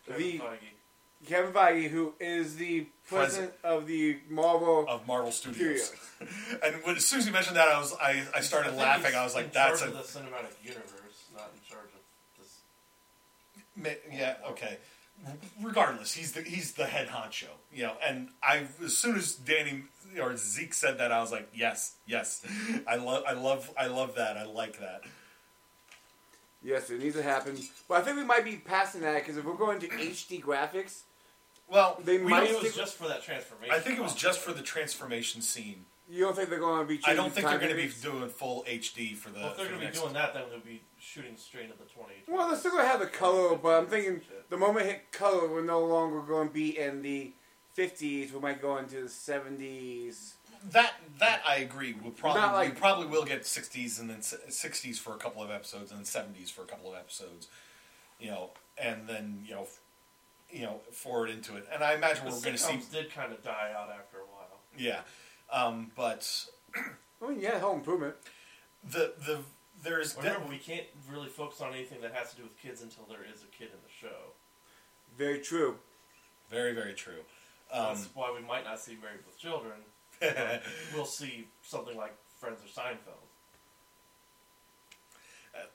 B: Kevin
C: the-
B: Feige.
C: Kevin Feige, who is the president of the Marvel.
A: of Marvel Studios. and when, as soon as you mentioned that, I was I, I
B: I
A: started
B: think
A: laughing.
B: he's
A: I was
B: in
A: like, "That's
B: charge
A: a
B: of the cinematic universe, not in charge of this.
A: ma- yeah, okay." R- Regardless, he's the he's the head honcho, you know. And I, as soon as Danny or Zeke said that, I was like, "Yes, yes, I love, I love, I love that. I like that."
C: Yes, it needs to happen. But I think we might be passing that because if we're going to HD graphics,
A: Well,
C: They
A: we
C: might
B: I
A: don't-
B: think it was
C: stick-
B: just for that transformation.
A: I think it was just for the transformation scene.
C: you don't think they're going to be changing
A: I don't think they're
C: time
A: going to be
C: periods?
A: doing full HD for the.
B: Well, if they're
A: for
B: going to
A: the
B: be
A: next-
B: doing that, then they'll be shooting straight into the 20.
C: Well, they're still going to have the color, but I'm thinking the moment it hit color, we're no longer going to be in the 50s. We might go into the 70s.
A: That that I agree. We'll probably
C: Not like-
A: we probably will get sixties and then sixties for a couple of episodes and then seventies for a couple of episodes, you know, and then you know, f- you know, forward into it. And I imagine
B: The
A: we're going to see,
B: sitcoms did kind of die out after a while.
A: yeah. Um, but
C: I mean, Oh, yeah, home improvement.
A: the the there is
B: Remember, we can't really focus on anything that has to do with kids until there is a kid in the show.
C: Very true.
A: very very true. Um,
B: That's why we might not see Married with Children. We'll see something like Friends or Seinfeld.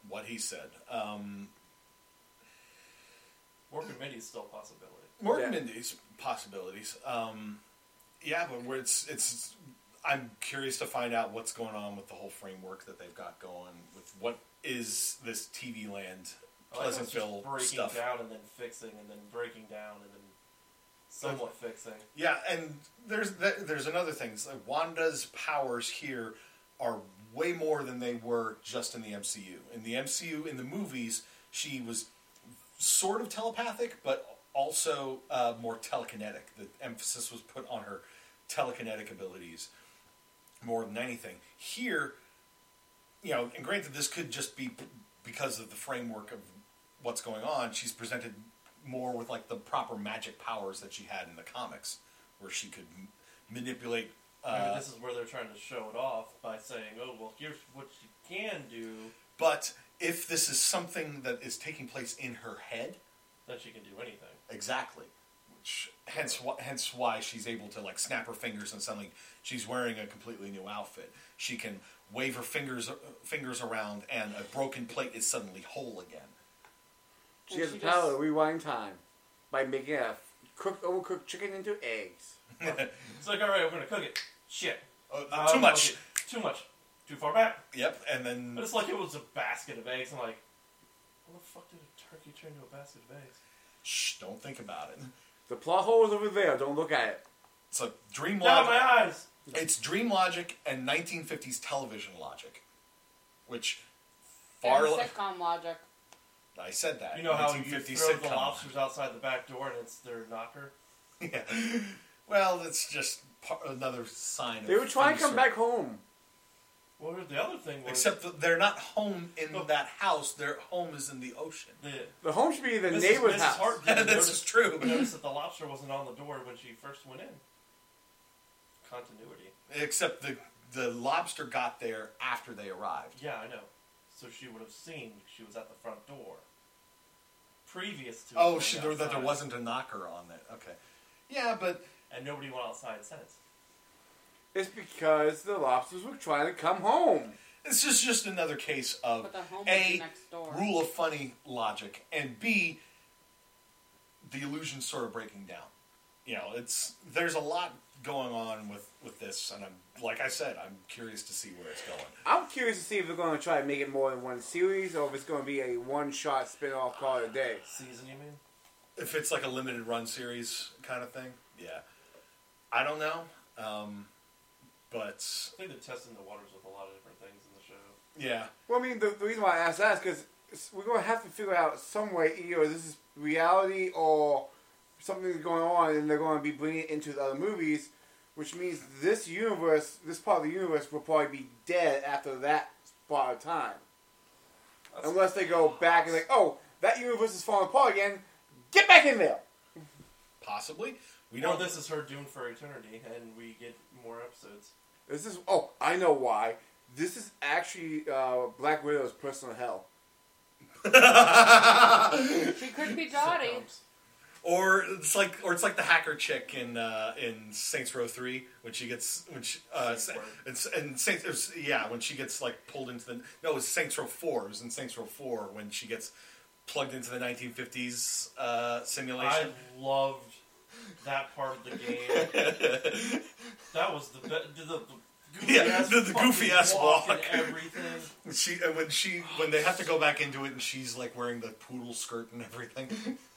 A: what he said. Um,
B: Morgan Mindy is still a possibility.
A: Morgan
C: Yeah.
A: Mindy's possibilities. Um, yeah, but where it's it's I'm curious to find out what's going on with the whole framework that they've got going with what is this TV land
B: I like how Oh, it's just
A: Pleasantville
B: breaking
A: stuff.
B: down and then fixing and then breaking down and then somewhat fixing.
A: Yeah, and there's th- there's another thing. It's like Wanda's powers here are way more than they were just in the MCU. In the MCU, in the movies, she was sort of telepathic, but also uh, more telekinetic. The emphasis was put on her telekinetic abilities more than anything. Here, you know, and granted, this could just be p- because of the framework of what's going on. She's presented more with like the proper magic powers that she had in the comics, where she could m- manipulate.
B: Maybe
A: Uh,
B: this is where they're trying to show it off by saying, "Oh, well, here's what you can do."
A: but if this is something that is taking place in her head,
B: then she can do anything.
A: Exactly. Which hence wh- hence why she's able to like snap her fingers and suddenly she's wearing a completely new outfit. She can wave her fingers fingers around and a broken plate is suddenly whole again.
E: And
C: She has
E: she
C: the power to
E: just-
C: rewind time by making a cooked, overcooked chicken into eggs.
B: It's like, all right, I'm gonna cook it. Shit.
A: Uh,
B: Um,
A: too much.
B: okay, Too much. Too far back.
A: Yep. And then
B: But it's like it was a basket of eggs. I'm like, how the fuck did a turkey turn into a basket of eggs?
A: shh, don't think about it.
C: The plot hole is over there. Don't look at it.
A: It's like dream
B: Now
A: logic.
B: my eyes.
A: It's dream logic and 1950s television logic, which far.
E: And
A: le-
E: sitcom logic.
A: I said that.
B: You know how you
A: 1950s
B: throw the
A: sitcom.
B: lobsters outside the back door and it's their knocker.
A: Yeah. Well, it's just par- another sign.
C: They
A: of
C: were trying to
A: food
C: come back home.
B: Well, the other thing was
A: Except that they're not home in
B: No.
A: that house. Their home is in the ocean.
B: the
C: The home should be the
B: Mrs.
C: neighbor's
B: Mrs.
C: house.
B: Hart
A: this
B: didn't
A: is
B: notice,
A: true.
B: notice that the lobster wasn't on the door when she first went in. Continuity.
A: Except the the lobster got there after they arrived.
B: Yeah, I know. So she would have seen she was at the front door. Previous to
A: Oh,
B: going
A: she, there, that there
B: outside.
A: wasn't a knocker on it. Okay. Yeah, but
B: and nobody went outside since.
C: It's because the lobsters were trying to come home.
A: This is just another case of
E: But the home
A: a
E: is next door.
A: rule of funny logic, and b the illusion sort of breaking down. You know, it's there's a lot going on with with this, and I'm like I said, I'm curious to see where it's going.
C: I'm curious to see if they're going to try to make it more than one series or if it's going to be a one shot spin off called a day.
B: Season, you mean?
A: If it's like a limited run series kind of thing, yeah, I don't know, um, but
B: I think they're testing the waters with a lot of different things in the show.
A: yeah,
C: Well, I mean, the, the reason why I asked that is because we're going to have to figure out some way either this is reality or something's going on and they're going to be bringing it into the other movies, which means this universe, this part of the universe, will probably be dead after that part of time. Unless they go back and, like, oh, that universe is falling apart again, get back in there!
A: possibly we
B: You
A: don't.
B: know, this is her doomed for eternity, and we get more episodes.
C: This is, oh, I know why. This is actually uh, Black Widow's personal hell.
E: She could be dotty.
B: Sitcoms.
A: Or it's like, or it's like the hacker chick in uh, in Saints Row Three when she gets when she, uh,
B: Saints
A: Sa-
B: Row.
A: it's and Saints it was- yeah when she gets like pulled into the no it was Saints Row Four it was in Saints Row Four when she gets plugged into the 1950s uh,
B: I
A: simulation.
B: loved that part of the game. that was the be- the, the, the goofy
A: Yeah,
B: ass
A: the- the
B: fucking
A: goofy ass
B: walk,
A: walk.
B: and everything.
A: she and when she when they have to go back into it and she's like wearing the poodle skirt and everything.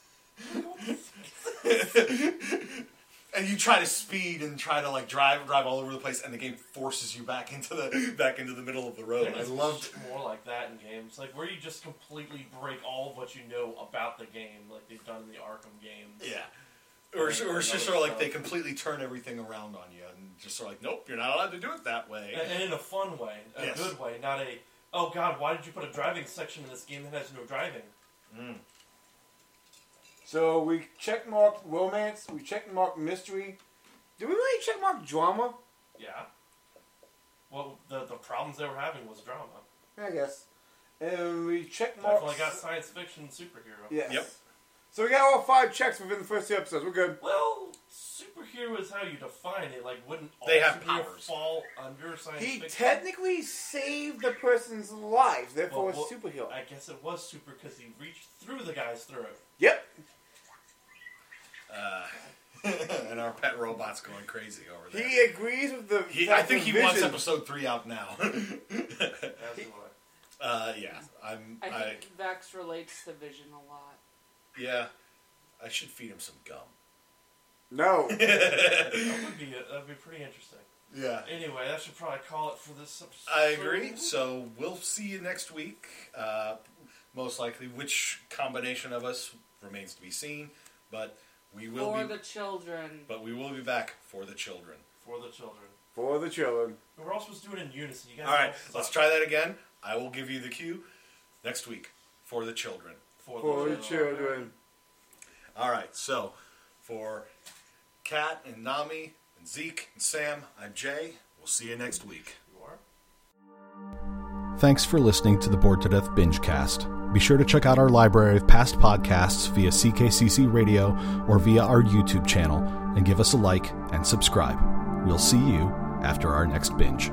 A: And you try to speed and try to like drive drive all over the place, and the game forces you back into the back into the middle of the road. Oh, I
B: There's
A: loved
B: more like that in games, like where you just completely break all of what you know about the game, like they've done in the Arkham games.
A: Yeah. Or, it's- or it's just
B: Another
A: sort of like they
B: stuff.
A: completely turn everything around on you and just sort of like, nope, you're not allowed to do it that way.
B: And, and in a fun way, a
A: Yes.
B: good way, not a oh god, why did you put a driving section in this game that has no driving?
C: So we check marked romance, we check marked mystery. Do we really check mark drama?
B: Yeah. Well, the the problems they were having was drama.
C: I guess. And we check marked.
B: Definitely got science fiction superhero.
C: Yes.
A: Yep.
C: So we got all five checks within the first two episodes. We're good.
B: Well, superhero is how you define it. Like, wouldn't all
A: They have
B: superhero
A: powers.
B: fall under science
C: He
B: fiction?
C: technically saved the person's life, therefore
B: Well, well,
C: a superhero.
B: I guess it was super because he reached through the guy's throat.
C: Yep.
A: Uh, and our pet robot's going crazy over there.
C: He agrees with the.
A: He-
C: fact
A: I think
C: that
A: he wants
C: Vision-
A: episode three out now.
B: As do I.
A: uh, yeah, I'm.
E: I
A: I,
E: think Vex relates to Vision a lot.
A: yeah, I should feed him some gum.
C: No.
B: That would be uh, that'd be pretty interesting.
A: Yeah,
B: Anyway, that should probably call it for this episode.
A: I agree. So we'll see you next week, uh, most likely. Which combination of us remains to be seen, but we will
E: For
A: be.
E: the children.
A: but we will be back for the children.
B: For the children.
C: For the children.
B: And We're all supposed to do it in unison. You guys
A: All right,
B: all
A: let's
B: suck.
A: try that again. I will give you the cue next week for the children.
B: For,
C: For the children.
A: All right, so for Kat and Nami and Zeke and Sam, I'm Jay. We'll see you next week.
B: You are?
D: Thanks for listening to the Bored to Death Bingecast. Be sure to check out our library of past podcasts via CKCC Radio or via our YouTube channel and give us a like and subscribe. We'll see you after our next binge.